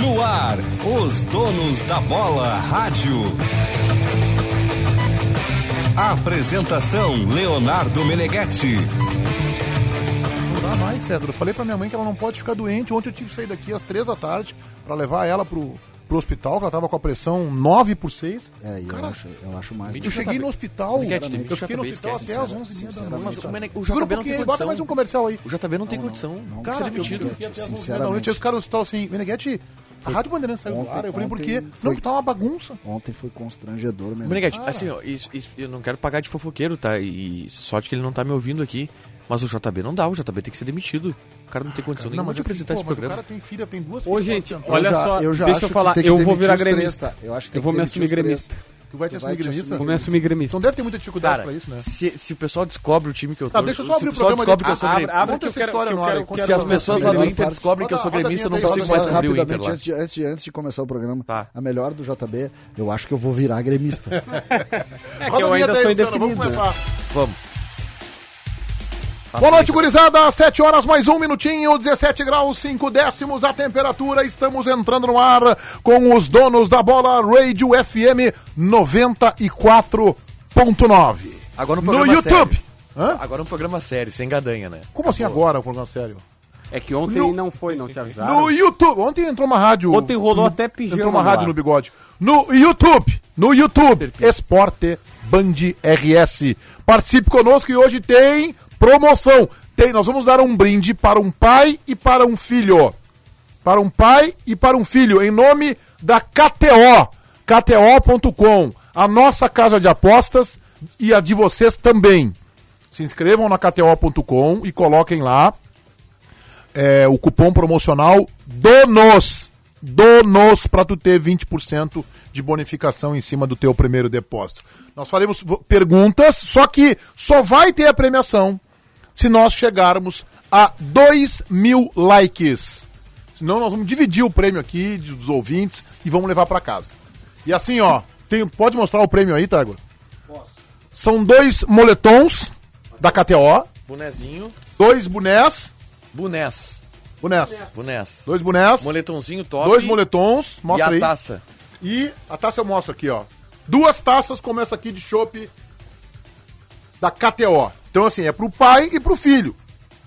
No ar, os donos da bola rádio. Apresentação Leonardo Meneghetti. Não dá mais, César. Eu falei pra minha mãe que ela não pode ficar doente. Ontem eu tive que sair daqui às três da tarde pra levar ela pro, pro hospital, que ela tava com a pressão 9 por 6. É, e eu acho, eu acho mais. Eu cheguei no hospital, né? Sinceramente, eu fiquei no JB, hospital esquece, até às sincero, 11 h da sinceramente, noite. Mas o cara. Mene- o JB Juro não tem por quê? Bota tá condição. mais um comercial aí. O JB não tem condição. não. Cara, Cara, ser demitido. eu- Meneghetti, Da noite, sinceramente. aí os caras estavam assim, Meneghete, a Rádio Bandeirantes saiu do Ontem- ar. Eu falei, por ontem quê? foi- Não, que tá uma bagunça. Ontem foi constrangedor mesmo. Meneghete, assim, ó, isso, isso- eu não quero pagar de fofoqueiro, tá? E sorte que ele não tá me ouvindo aqui. Mas o JB não dá, o JB tem que ser demitido. O cara não tem condição Não, nenhuma mas de assim, apresentar pô, esse mas o programa. cara tem filha, tem duas Ô, filhas. gente, quatro olha já- só, eu já deixa acho eu que falar, tem que eu vou demitir virar os três, gremista. tá? Eu acho que tem Eu vou que me demitir os assumir três. gremista. Tu vai te Tu assumir vai te gremista? assumir Vou me assumir gremista. Então deve ter muita dificuldade Cara, pra isso, né? se, se o pessoal descobre o time que eu tô... Tá, deixa eu só se abrir o pessoal programa ali. descobre que eu sou Ah, gremista- abre- que eu essa quero- história que eu no ar, quero- eu que quero Se as mandar- pessoas lá do Roda- Inter descobrem que eu sou roda a gremista, eu não vinheta aí, consigo roda mais a cobrir o Inter rapidamente, lá. antes de, antes, de, antes de começar o programa, Tá. a melhor do JB, eu acho que eu vou virar gremista. É que Roda a eu vinheta ainda aí, sou Luciano, vamos indefinido. Tá começar. Vamos. Boa noite, gurizada. 7 horas mais um minutinho, 17 graus, 5 décimos a temperatura. Estamos entrando no ar com os donos da bola Radio FM 94.9. Agora um No programa YouTube. sério. Hã? Agora um programa sério, sem gadanha, né? Como assim agora, o programa sério? Então, É que ontem No- não foi, não te avisaram. No YouTube. Ontem entrou uma rádio. Ontem rolou até pijama Entrou uma no rádio ar. no bigode. No YouTube. No YouTube. Esporte Band RS. Participe conosco e hoje tem promoção. Tem, nós vamos dar um brinde para um pai e para um filho. Para um pai e para um filho, em nome da KTO. KTO.com. A nossa casa de apostas e a de vocês também. Se inscrevam na KTO.com e coloquem lá é, o cupom promocional DONOS. DONOS para tu ter 20% de bonificação em cima do teu primeiro depósito. Nós faremos vo- perguntas, só que só vai ter a premiação se nós chegarmos a 2 mil likes. Senão nós vamos dividir o prêmio aqui dos ouvintes e vamos levar para casa. E assim, ó, tem- pode mostrar o prêmio aí, Tágua? São dois moletons da KTO, Bonezinho, dois bonés, bonés, bonés, bonés. dois bonés, Moletomzinho top. Dois moletons, e mostra a aí. taça. E a taça eu mostro aqui, ó. Duas taças como essa aqui de chopp da KTO. Então, assim, é pro pai e pro filho.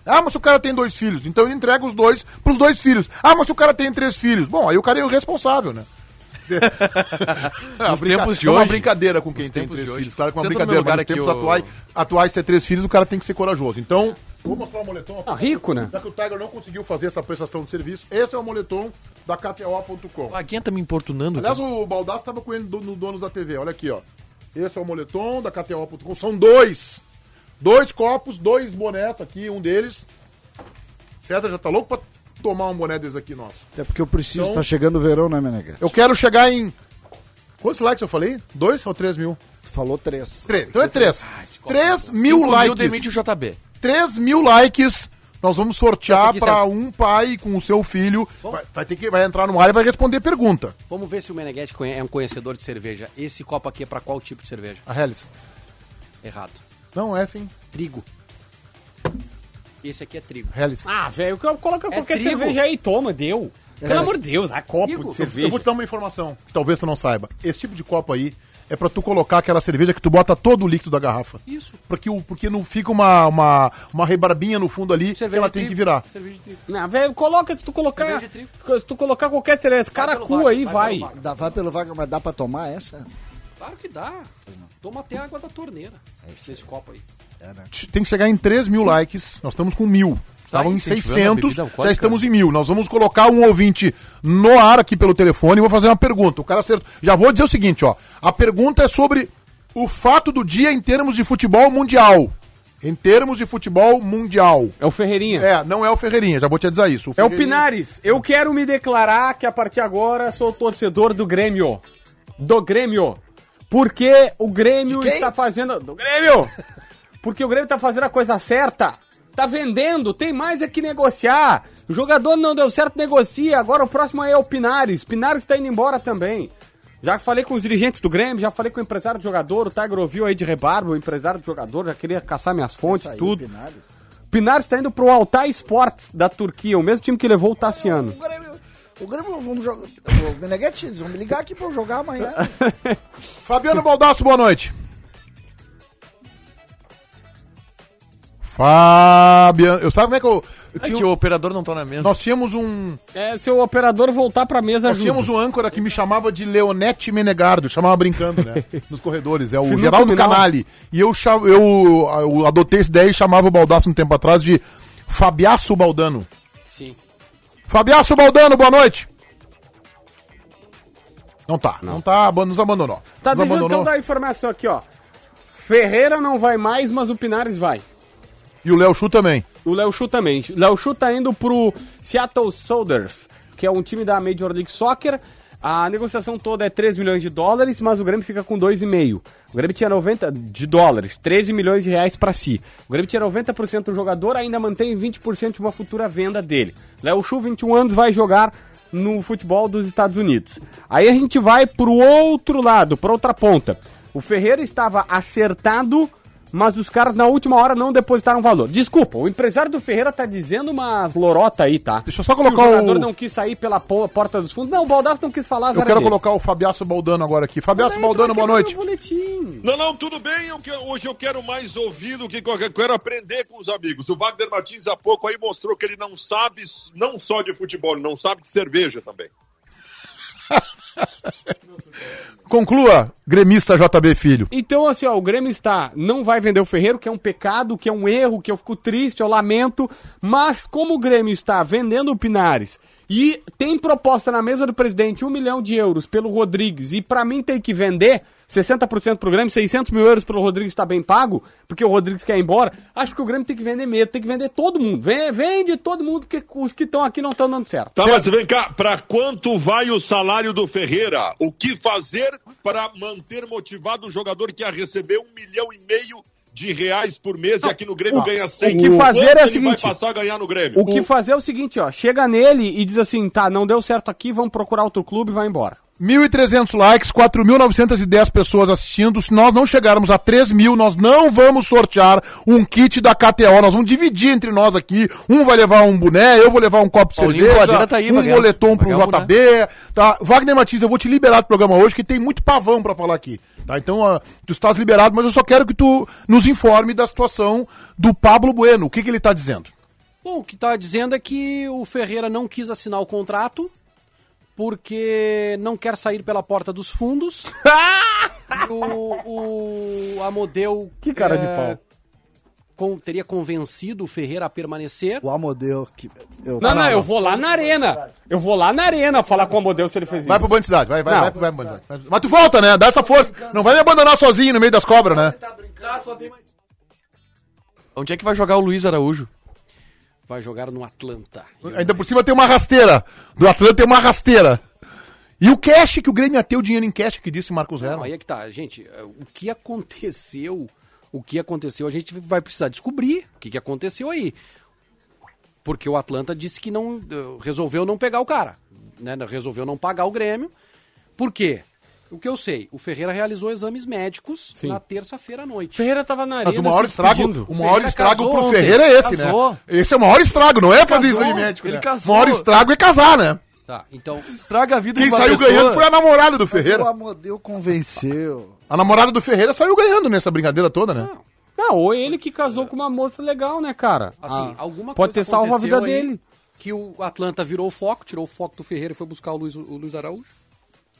Ah, mas se o cara tem dois filhos, então ele entrega os dois pros dois filhos. Ah, mas se o cara tem três filhos, bom, aí o cara é o responsável, né? É, Nos tempos de é uma hoje. brincadeira com quem Nos tem tempos três de hoje. filhos. Claro que é uma Senta no brincadeira, meu mas nos lugar tempos aqui, ô- atuais, atuais ter três filhos, o cara tem que ser corajoso. Então, Ah, vou mostrar o moletom. Tá rico, né? Já que o Tiger não conseguiu fazer essa prestação de serviço, esse é o moletom da KTO.com. O Aguinha tá me importunando. Aliás, o Baldassi estava com ele do- no Donos da TV. Olha aqui, ó. Esse é o moletom da KTO.com. São dois. Dois copos, dois bonés aqui, um deles. César já tá louco pra tomar um boné desse aqui nosso. Até porque eu preciso, Então- tá chegando o verão, né, Meneghete? Eu quero chegar em... Quantos likes eu falei? Dois ou três mil? Tu falou três. Três. Então é três. Três mil Cinco likes. demite o JB. 3 mil likes. Nós vamos sortear Esse aqui, para Celso. um pai com o seu filho. Vai, vai ter que, vai entrar no ar e vai responder pergunta. Vamos ver se o Meneghetti conhe- é um conhecedor de cerveja. Esse copo aqui é pra qual tipo de cerveja? A Hellis. Errado. Não, é sim. Trigo. Esse aqui é trigo. Hellis. Ah, velho, eu coloco É qualquer trigo. cerveja aí, toma, deu. Pelo amor de Deus, a copo Trigo. de Eu cerveja. vou te dar uma informação que talvez tu não saiba. Esse tipo de copo aí é pra tu colocar aquela cerveja que tu bota todo o líquido da garrafa. Isso. Porque, o, porque não fica uma, uma, uma rebarbinha no fundo ali que Cerveja ela de tem trigo. que virar. Cerveja de trigo. Não, velho, coloca, se tu colocar, Cerveja de se tu colocar qualquer cerveja, esse Vai pelo caracu vago, aí, vai vai. pelo Dá, vai pelo vaga, mas dá pra tomar essa? Claro que dá. Toma até água da torneira. É Esse copo aí. T- Tem que chegar em 3 mil likes. Nós estamos com mil. Estavam em Tá incentivando a 600, bebida já alcoólica. estamos em mil. Nós vamos colocar um ouvinte no ar aqui pelo telefone e vou fazer uma pergunta. O cara acertou. Já vou dizer o seguinte, ó. A pergunta é sobre o fato do dia em termos de futebol mundial. Em termos de futebol mundial. É o Ferreirinha. É, não é o Ferreirinha, já vou te avisar isso. É o Ferreirinha- Pinares. Eu quero me declarar que a partir de agora sou torcedor do Grêmio. Do Grêmio. Porque o Grêmio está fazendo. Do Grêmio! Porque o Grêmio está fazendo a coisa certa. Tá vendendo, tem mais é que negociar. O jogador não deu certo, negocia. Agora o próximo é o Pinares. Pinares está indo embora também. Já falei com os dirigentes do Grêmio, já falei com o empresário do jogador, o Tiger ouviu aí de rebarba, o empresário do jogador, já queria caçar minhas fontes, Essa aí, tudo. Pinares? Pinares está indo pro Altay Sports da Turquia, o mesmo time que levou o Tassiano. O Grêmio, vamos jogar. O Meneghete, eles vão me ligar aqui pra eu jogar amanhã. Fabiano Baldasso, boa noite. Fabiano. Eu sabe como é que eu. eu É tinha- que o operador não tá na mesa. Nós tínhamos um. É, se o operador voltar pra mesa, Nós tínhamos um âncora que me chamava de Leonete Menegardo, chamava brincando, né? Nos corredores. É o Finuto Geraldo Minal. Canali. E eu, cha- eu, eu adotei essa ideia e chamava o Baldasso um tempo atrás de Fabiaço Baldano. Sim. Fabiaço Baldano, boa noite. Não tá, não, tá, aban- nos abandonou. Tá, nos deixa eu então dar a informação aqui, ó. Ferreira não vai mais, mas o Pinares vai. E o Léo Chu também. O Léo Xu também. O Léo Xu tá indo pro Seattle Sounders, que é um time da Major League Soccer. A negociação toda é 3 milhões de dólares, mas o Grêmio fica com 2,5. O Grêmio tinha 90 de dólares, 13 milhões de reais pra si. O Grêmio tinha 90% do jogador, ainda mantém 20% de uma futura venda dele. Léo Xu, 21 anos, vai jogar no futebol dos Estados Unidos. Aí a gente vai pro outro lado, pra outra ponta. O Ferreira estava acertado mas os caras na última hora não depositaram valor. Desculpa, o empresário do Ferreira tá dizendo umas lorota aí, tá? Deixa eu só Que colocar o jogador o- não quis sair pela po- porta dos fundos. Não, o Baldasso não quis falar. Eu quero colocar o Fabiaço Baldano agora aqui. Fabiaço Baldano, boa noite. Não, não, tudo bem. Eu que- hoje eu quero mais ouvir do que qualquer- quero aprender com os amigos. O Wagner Martins há pouco aí mostrou que ele não sabe s- não só de futebol, ele não sabe de cerveja também. Conclua, gremista JB Filho. Então, assim, ó, o Grêmio está, não vai vender o Ferreiro, que é um pecado, que é um erro, que eu fico triste, eu lamento. Mas como o Grêmio está vendendo o Pinares e tem proposta na mesa do presidente, um milhão de euros pelo Rodrigues, e pra mim tem que vender 60% pro Grêmio, 600 mil euros pelo Rodrigues está bem pago, porque o Rodrigues quer ir embora, acho que o Grêmio tem que vender mesmo, tem que vender todo mundo. Vende, vende todo mundo, porque os que estão aqui não estão dando certo. Tá, mas vem cá, pra quanto vai o salário do Ferreira? O que fazer para manter motivado o jogador que ia receber um milhão e meio de reais por mês e aqui no Grêmio ganha 100? o que fazer é o Quanto ele vai seguinte, passar a ganhar no Grêmio? O que fazer é o seguinte, ó, chega nele e diz assim, tá, não deu certo aqui, vamos procurar outro clube e vai embora. 1.300 likes, 4.910 pessoas assistindo. Se nós não chegarmos a 3.000, nós não vamos sortear um kit da KTO. Nós vamos dividir entre nós aqui. Um vai levar um boné, eu vou levar um copo de Paulinho cerveja, Boadeira tá aí, um vai ganhar- moletom vai pro ganhar um boné. JB. Tá? Wagner Matias, eu vou te liberar do programa hoje, que tem muito pavão pra falar aqui. Tá? Então, ah, tu estás liberado, mas eu só quero que tu nos informe da situação do Pablo Bueno. O que, que ele tá dizendo? Bom, o que tá dizendo é que o Ferreira não quis assinar o contrato porque não quer sair pela porta dos fundos. E o, o Amodeu. Que cara de eh, pau. com- teria convencido o Ferreira a permanecer. o Amodeu. Que eu, Não, não, eu vou lá na arena. Eu vou lá na arena falar com o Amodeu se ele fez isso. Vai pro Banho de Cidade, vai, vai, Não. vai pro vai pro Banho de Cidade. Mas tu volta, né? Dá essa força. Não vai me abandonar sozinho no meio das cobras, né? Onde é que vai jogar o Luiz Araújo? Vai jogar no Atlanta. Ainda por cima tem uma rasteira. Do Atlanta tem uma rasteira. E o cash que o Grêmio ia ter o dinheiro em cash que disse Marcos Não, Herman. aí é que tá, gente. eh, O que aconteceu? O que aconteceu? A gente vai precisar descobrir o que, que aconteceu aí. Porque o Atlanta disse que não eh, resolveu não pegar o cara, né? Resolveu não pagar o Grêmio. Por quê? O que eu sei, o Ferreira realizou exames médicos na terça-feira à noite. Ferreira tava na arena. Mas o maior se estrago, despedindo. o maior Ferreira estrago casou pro ontem. Ferreira é esse, né? Casou. Esse é o maior estrago, não é fazer exame médico. ele né? casou. O maior estrago é casar, né? Tá, então, Estraga a vida Quem de uma saiu pessoa. ganhando foi a namorada do Mas o Ferreira. Amodeu convenceu. A namorada do Ferreira saiu ganhando nessa brincadeira toda, né? Ah, ou ele que casou com uma moça legal, né, cara? assim, Ah, alguma Pode ter coisa salvo a vida aconteceu aí dele. Que o Atlanta virou o foco, tirou o foco do Ferreira e foi buscar o Luiz, o Luiz Araújo.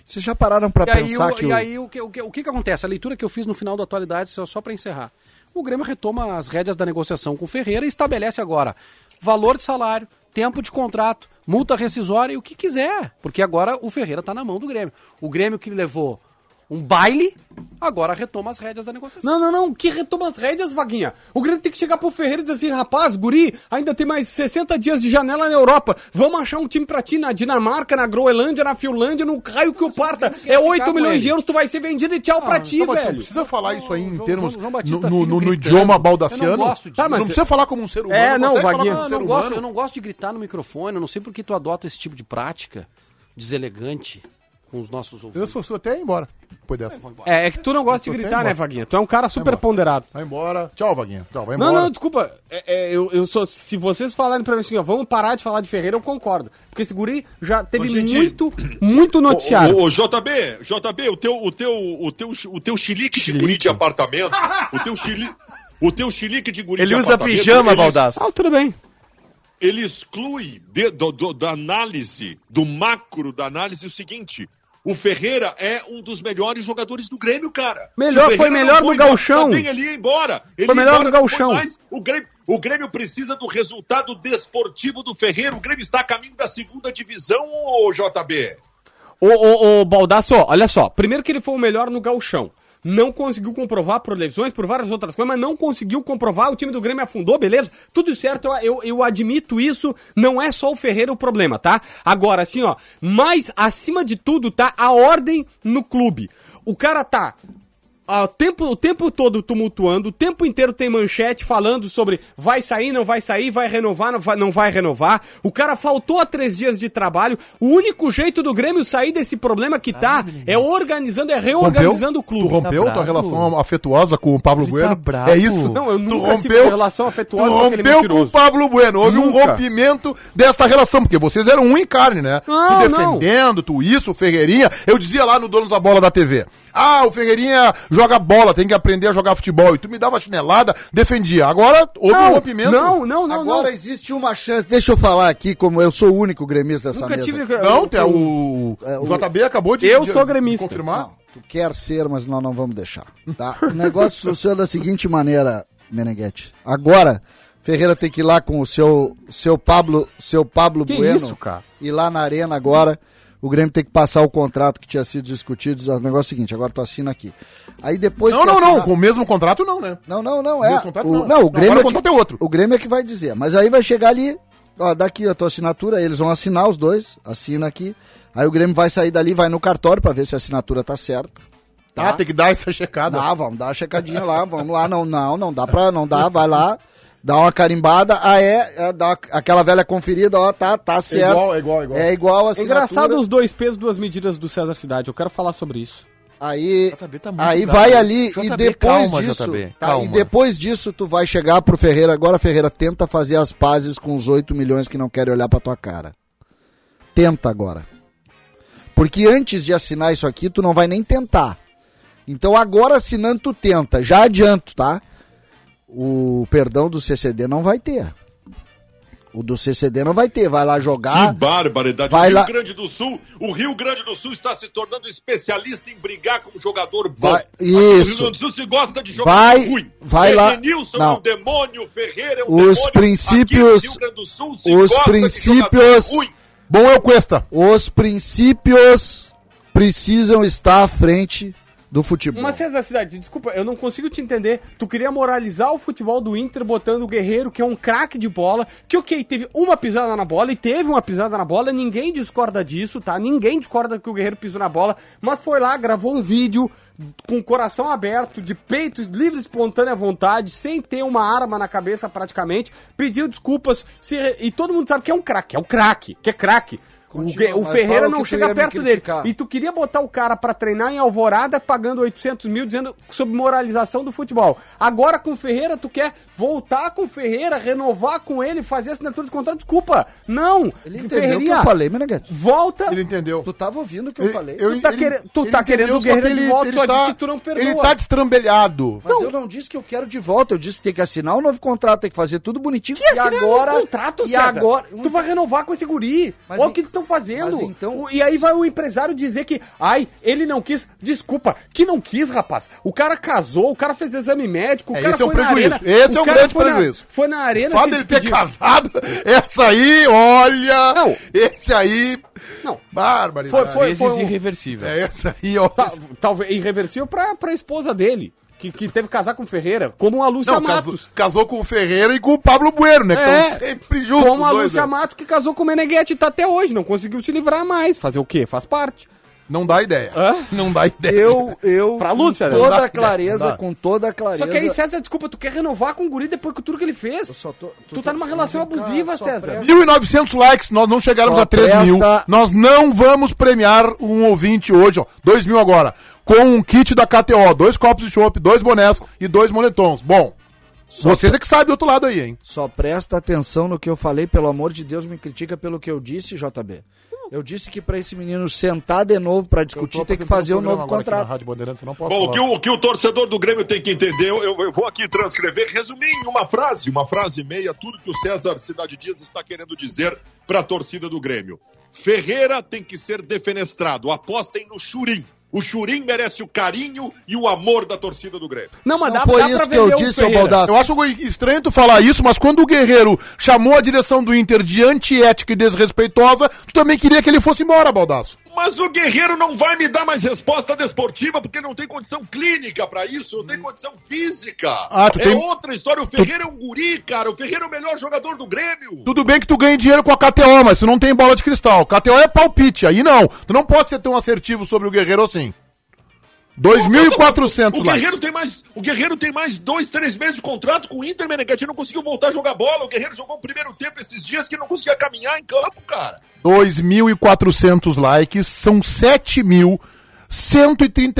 Vocês já pararam pra E aí, pensar o, que e o- aí o, que, o, que, o que que acontece? A leitura que eu fiz no final da atualidade, só, só para encerrar. O Grêmio retoma as rédeas da negociação com o Ferreira e estabelece agora valor de salário, tempo de contrato, multa rescisória e o que quiser. Porque agora o Ferreira está na mão do Grêmio. O Grêmio que levou um baile, agora retoma as rédeas da negociação. Não, não, não. Que retoma as rédeas, Vaguinha. O Grêmio tem que chegar pro Ferreira e dizer assim, rapaz, guri, ainda tem mais 60 dias de janela na Europa. Vamos achar um time pra ti na Dinamarca, na Groenlândia, na Finlândia, no raio que o parta. É ficar 8 com milhões ele. de euros, tu vai ser vendido e tchau pra ti, Não, mas tu velho. precisa falar isso aí em João- termos João- João um no, Batista no- Filho no gritando. idioma baldaciano. Eu não gosto disso. Tá, mas- não precisa falar como um ser humano. É, não, consegue falar Vaguinho. como um Não, Ah, eu ser não, gosto, humano. eu não gosto de gritar no microfone, eu não sei porque tu adota esse tipo de prática deselegante. com os nossos Eu ouvintes. sou, sou até ia embora. Depois dessa. É, é que tu não gosta Eu de tô gritar, até né, embora. Vaguinha? Tu é um cara super ponderado. Vai Tá embora. Tchau, Vaguinha. Tchau, vai embora. Não, não, desculpa. É, é, eu, eu sou, se vocês falarem pra mim assim, ó, vamos parar de falar de Ferreira, eu concordo. Porque esse guri já teve Ô, gente, muito, muito noticiário. Ô, ô, ô, JB, JB, o teu, o teu, o teu, o teu chilique de guri de apartamento, o teu chili, o teu chilique de guri Ele de usa apartamento, pijama, ele- Baldaço. Ah, tudo bem. ele exclui de- do- do- da análise, do macro da análise, o seguinte: o Ferreira é um dos melhores jogadores do Grêmio, cara. Melhor, Se o Ferreira foi melhor não do embora, Gauchão. Também ele ia embora. Ele Foi ia melhor embora, do Gauchão. foi mais. o, Grêmio, o Grêmio precisa do resultado desportivo do Ferreira. O Grêmio está a caminho da segunda divisão, ô JB. Ô, ô, ô, Baldasso, olha só. Primeiro que ele foi o melhor no gauchão. Não conseguiu comprovar por lesões, por várias outras coisas, mas não conseguiu comprovar. O time do Grêmio afundou, beleza? Tudo certo, eu, eu, eu admito isso. Não é só o Ferreira o problema, tá? Agora, assim, ó. Mas, acima de tudo, tá a ordem no clube. O cara tá ah, o tempo, o tempo todo tumultuando, o tempo inteiro tem manchete falando sobre vai sair, não vai sair, vai renovar, não vai, não vai renovar. O cara faltou há três dias de trabalho. O único jeito do Grêmio sair desse problema que tá é organizando, é reorganizando o Tu clube. rompeu Tá tua bravo. relação afetuosa com o Pablo Ele Bueno? tá bravo. É isso? Não, eu Tu nunca tive relação afetuosa tu com rompeu aquele com o mentiroso. Pablo Bueno. Houve um Nunca. rompimento desta relação, porque vocês eram um em carne, né? Não, tu defendendo, tu isso, o Ferreirinha. Eu dizia lá no Donos da Bola da TV. Ah, o Ferreirinha joga bola, tem que aprender a jogar futebol. E tu me dava chinelada, defendia. Agora houve um Não, rompimento. é não, não, não, Agora não. existe uma chance. Deixa eu falar aqui, como eu sou o único gremista dessa Nunca mesa. tive. Não, tem o, É, o o- JB acabou de Eu de- sou de gremista. confirmar. Não, tu quer ser, mas nós não vamos deixar. Tá? O negócio funciona da seguinte maneira, Meneghetti. Agora, Ferreira tem que ir lá com o seu, seu Pablo, seu Pablo Que Bueno. isso, cara? Ir lá na arena agora. O Grêmio tem que passar o contrato que tinha sido discutido. O negócio é o seguinte, agora tu assina aqui. Aí depois. Não, que não, não, assinar- com o mesmo contrato não, né? Não, não, não, Meu é. contrato o, não. não. Não, o Grêmio agora o é que- contrato é outro. O Grêmio é que vai dizer. Mas aí vai chegar ali, ó, daqui a tua assinatura, eles vão assinar os dois, assina aqui. Aí o Grêmio vai sair dali, vai no cartório pra ver se a assinatura tá certa. Tá, tem que dar essa checada. Ah, vamos dar uma checadinha lá, vamos lá, não, não, não dá pra, não dá, vai lá, dá uma carimbada, ah, é, é, dá aquela velha conferida, ó, tá, tá certo. igual, é igual, é igual. É igual a É engraçado os dois pesos, duas medidas do César Cidade. Eu quero falar sobre isso. Aí, JB tá muito aí bravo. vai ali JB, e depois calma, disso, JB, tá, calma. e depois disso tu vai chegar pro Ferreira agora, Ferreira tenta fazer as pazes com os 8 milhões que não querem olhar pra tua cara. Tenta agora. Porque antes de assinar isso aqui, tu não vai nem tentar. Então agora assinando tu tenta, já adianto, tá? O perdão do CCD não vai ter. O do CCD não vai ter, vai lá jogar. Que barbaridade. Vai o Rio lá- Grande do Sul, o Rio Grande do Sul está se tornando especialista em brigar com um jogador bom. Vai- Aqui no Rio isso. Grande do Sul se gosta de jogador Vai- ruim. vai lá- Edenilson é não. um demônio, Ferreira é um Os demônio. Aqui no princípios- Rio Grande do Sul se os gosta de princípios- jogador ruim. Bom é o Cuesta. Os princípios precisam estar à frente do futebol. Mas César Cidade, desculpa, eu não consigo te entender. Tu queria moralizar o futebol do Inter botando o Guerreiro, que é um craque de bola, que ok, teve uma pisada na bola e teve uma pisada na bola, ninguém discorda disso, tá? Ninguém discorda que o Guerreiro pisou na bola, mas foi lá, gravou um vídeo com o coração aberto, de peito livre, espontânea vontade, sem ter uma arma na cabeça praticamente, pediu desculpas se re- e todo mundo sabe que é um craque, é um craque, que é craque. O, Continua, Gue- o mas Ferreira fala o que não tu chega ia me perto dele. criticar. E tu queria botar o cara pra treinar em Alvorada pagando 800 mil, dizendo sobre moralização do futebol. Agora com o Ferreira, tu quer voltar com o Ferreira, renovar com ele, fazer assinatura de contrato? Desculpa! Não! Ele entendeu o que eu falei, Meneghete. volta! Ele entendeu. Tu tava ouvindo o que eu falei. Tu tá quere- tu tá entendeu, querendo o só Guerreiro que de volta, só tá- diz que tu não perdoa. Ele tá destrambelhado. Então- Mas eu não disse que eu quero de volta. Eu disse que tem que assinar um novo contrato, tem que fazer tudo bonitinho. e assinar agora. um contrato, e César. agora. Tu vai renovar com esse guri. Mas Olha o e- que eles estão fazendo. mas então- O- E aí vai o empresário dizer que, ai, ele não quis. Desculpa, que não quis, rapaz. O cara casou, o cara fez exame médico, o É, cara esse é um na prejuízo. arena- Esse é um cara grande foi na- prejuízo. foi na arena Só se dele ter despedir. casado, essa aí, olha. Não. Esse aí. Não. Bárbaro. Foi- foi- Vezes um- irreversível. É essa aí, ó. Tá- Talvez irreversível pra, pra esposa dele, que, que teve que casar com o Ferreira, como a Lúcia Não, casou, Matos. casou com o Ferreira e com o Pablo Bueno, né? Que É. estão sempre juntos. Como os a dois, Lúcia né? Matos que casou com o Meneghetti tá até hoje, não conseguiu se livrar mais. Fazer o quê? Faz parte. Não dá ideia. Não dá ideia. Eu, eu, Pra Lúcia, com né? toda Não dá, a clareza, não dá. com toda a clareza. Só que aí, César, desculpa, tu quer renovar com o guri depois que tudo que ele fez? Eu só tô- tu, tá numa relação Cara, abusiva, só César. presta- 1.900 likes, nós não chegaremos Só a 3 mil. presta- Nós não vamos premiar um ouvinte hoje, ó. 2 mil agora. Com um kit da KTO, dois copos de chopp, dois bonés e dois moletons. Bom, vocês é que sabem do outro lado aí, hein? Só presta atenção no que eu falei, pelo amor de Deus, me critica pelo que eu disse, JB. Eu disse que pra esse menino sentar de novo pra discutir tem que fazer um novo contrato. Bom, o que, o o que o torcedor do Grêmio tem que entender, eu, eu- eu vou aqui transcrever, resumir em uma frase, uma frase e meia, tudo que o César Cidade Dias está querendo dizer para a torcida do Grêmio. Ferreira tem que ser defenestrado, apostem no Churim. O Churim merece o carinho e o amor da torcida do Grêmio. Não, mas Não foi isso que eu vender o disse, ô Ferreira. Baldassi. Eu acho estranho tu falar isso, mas quando o Guerreiro chamou a direção do Inter de antiética e desrespeitosa, tu também queria que ele fosse embora, Baldaço. Mas o Guerreiro não vai me dar mais resposta desportiva porque não tem condição clínica pra isso, não tem condição física. Hum. Ah, tu é tem- outra história. O Ferreira é um guri, cara. O Ferreira é o melhor jogador do Grêmio. Tudo bem que tu ganha dinheiro com a KTO, mas tu não tem bola de cristal. KTO é palpite, aí não. Tu não pode ser tão assertivo sobre o Guerreiro assim. 2.400 então tá O likes. Guerreiro, tem mais, o Guerreiro tem mais dois, três meses de contrato com o Inter, Meneghete. Ele não conseguiu voltar a jogar bola. O Guerreiro jogou o primeiro tempo esses dias que ele não conseguia caminhar em campo, cara. 2.400 likes, são 7.130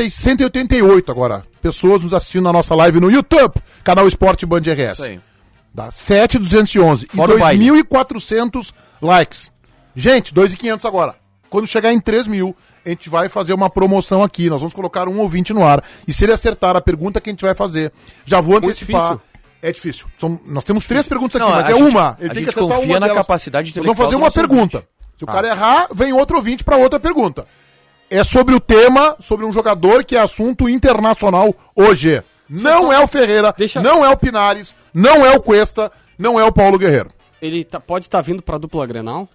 188 agora. Pessoas nos assistindo na nossa live no YouTube, canal Esporte Band RS. Isso aí. Dá 7,211 e Fora o baile. 2.400 likes. Gente, 2.500 agora. Quando chegar em 3 mil, a gente vai fazer uma promoção aqui. Nós vamos colocar um ouvinte no ar. E se ele acertar a pergunta que a gente vai fazer, já vou antecipar. difícil. É difícil. São- nós temos três perguntas aqui, Não, mas a é gente- uma. a gente confia na capacidade Nós vamos intelectual fazer do uma nosso pergunta. ouvinte. Se o cara errar, vem outro ouvinte para outra pergunta. É sobre o tema, sobre um jogador que é assunto internacional hoje. Não é o Ferreira, Deixa- não é o Pinares, não é o Cuesta, não é o Paulo Guerreiro. Ele tá- pode estar vindo pra dupla Grenal?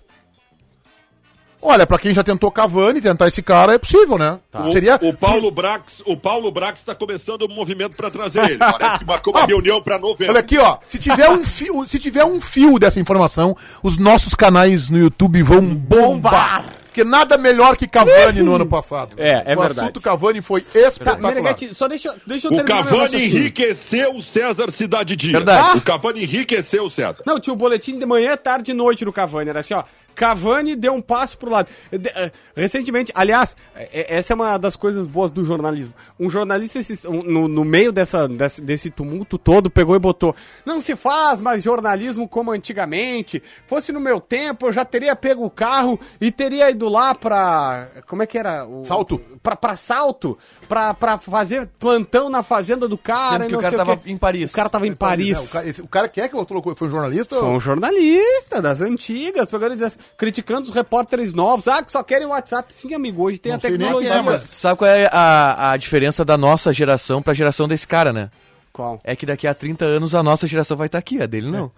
Olha, pra quem já tentou Cavani, tentar esse cara é possível, né? O, Seria o Paulo Brax, o Paulo Brax está começando o movimento pra trazer ele. Parece que marcou uma reunião pra novembro. Olha aqui, ó. Se tiver um fio, se tiver um fio dessa informação, os nossos canais no YouTube vão bombar. Porque nada melhor que Cavani no ano passado. É, é o O verdade. assunto Cavani foi espetacular. Meneghete, Tá, só deixa, deixa eu O terminar meu Cavani raciocínio. enriqueceu o César Cidade Dias. Verdade. O Cavani enriqueceu o César. Não, tinha o boletim de manhã, tarde e noite no Cavani. Era assim, ó. Cavani deu um passo pro lado. De- eh, recentemente, aliás, eh, eh, essa é uma das coisas boas do jornalismo. Um jornalista, esses- um- no, no meio dessa, desse, desse tumulto todo, pegou e botou. Não se faz mais jornalismo como antigamente. Fosse no meu tempo, eu já teria pego o carro e teria ido lá pra. Como é que era? O, Salto. Pra, pra salto. Pra, pra fazer plantão na fazenda do Sendo cara. e que o não cara sei tava quê. em Paris. né? O cara tava em Paris. Não, o cara- esse- o cara que é que colocou? Foi um jornalista? Foi um jornalista das antigas, pegando e dizendo assim, criticando os repórteres novos. Ah, que só querem o WhatsApp. Sim, amigo, hoje tem a sei nem quem tecnologia. é, mas- Tu sabe qual é a, a diferença da nossa geração pra geração desse cara, né? Qual? É que daqui a 30 anos a nossa geração vai estar aqui, a dele não.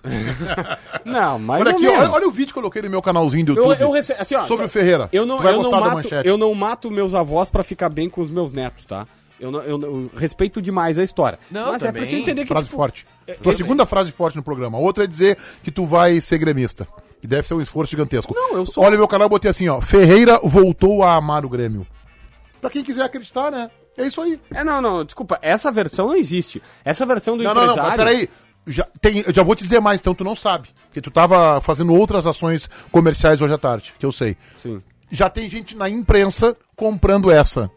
Não, mas. Olha aqui, ó, olha, olha o vídeo que eu coloquei no meu canalzinho do é Eu, YouTube. eu recebo, assim, ó, sobre só- o Ferreira. Eu não, Tu vai eu, não gostar da mato, manchete. eu não mato meus avós pra ficar bem com os meus netos, tá? Eu, não- eu, não- eu respeito demais a história. Não, mas também. é preciso entender que. Frase tipo, forte. Tua eu- segunda frase forte no programa. A outra é dizer que tu vai ser gremista. Que deve ser um esforço gigantesco. Não, eu sou- Olha o meu canal, eu botei assim, ó. Ferreira voltou a amar o Grêmio. Pra quem quiser acreditar, né? É isso aí. É, não, não, desculpa. Essa versão não existe. Essa versão do Não, não, empresário. não, mas peraí. Já, tem, eu já vou te dizer mais, então tu não sabe. Porque tu tava fazendo outras ações comerciais hoje à tarde, que eu sei. Sim. Já tem gente na imprensa comprando essa.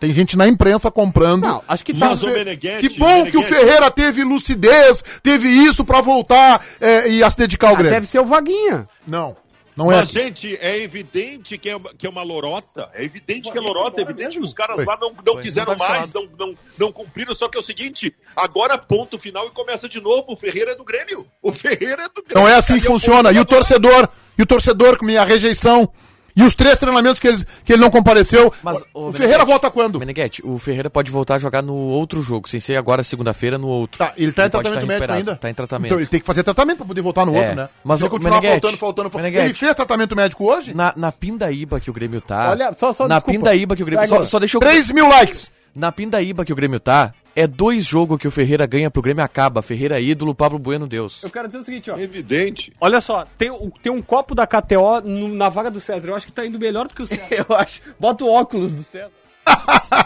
Tem gente na imprensa comprando. Não, acho que tá. Mas o Fe- Meneghetti, que bom que o Meneghetti- Ferreira teve lucidez, teve isso pra voltar é, e a se dedicar ao Ah, Grêmio. deve ser o Vaguinha. Não, não é. Mas, gente, é evidente que é, que é uma lorota. É evidente que é lorota. É evidente que os caras lá não, não quiseram não tá mais, não, não, não cumpriram. Só que é o seguinte: agora ponto final e começa de novo. O Ferreira é do Grêmio. O Ferreira é do Grêmio. Não é assim Cadê que o funciona. ponto E o final? torcedor, e o torcedor com minha rejeição, e os três treinamentos que ele, que ele não compareceu. Mas, o ô, Ferreira Meneghetti, volta quando? Meneghete, o Ferreira pode voltar a jogar no outro jogo, sem ser agora segunda-feira, no outro. Tá, ele tá em pode tratamento tá médico recuperado, ainda? Tá em tratamento. Então ele tem que fazer tratamento pra poder voltar no É, outro, né? mas Se ele o continuar Meneghetti, faltando, faltando, faltando. Meneghetti. Ele fez tratamento médico hoje? Na, na pindaíba que o Grêmio tá. Olha, só- só Na desculpa. pindaíba que o Grêmio. Só, Agora. só deixa eu. 3 mil likes. Na pindaíba que o Grêmio tá, É dois jogos que o Ferreira ganha pro Grêmio acaba. Ferreira é ídolo, Pablo Bueno Deus. Eu quero dizer o seguinte, ó. É Evidente. Olha só, tem, o- tem um copo da KTO no- na vaga do César. Eu acho que tá indo melhor do que o César. Eu acho. Bota o óculos do César.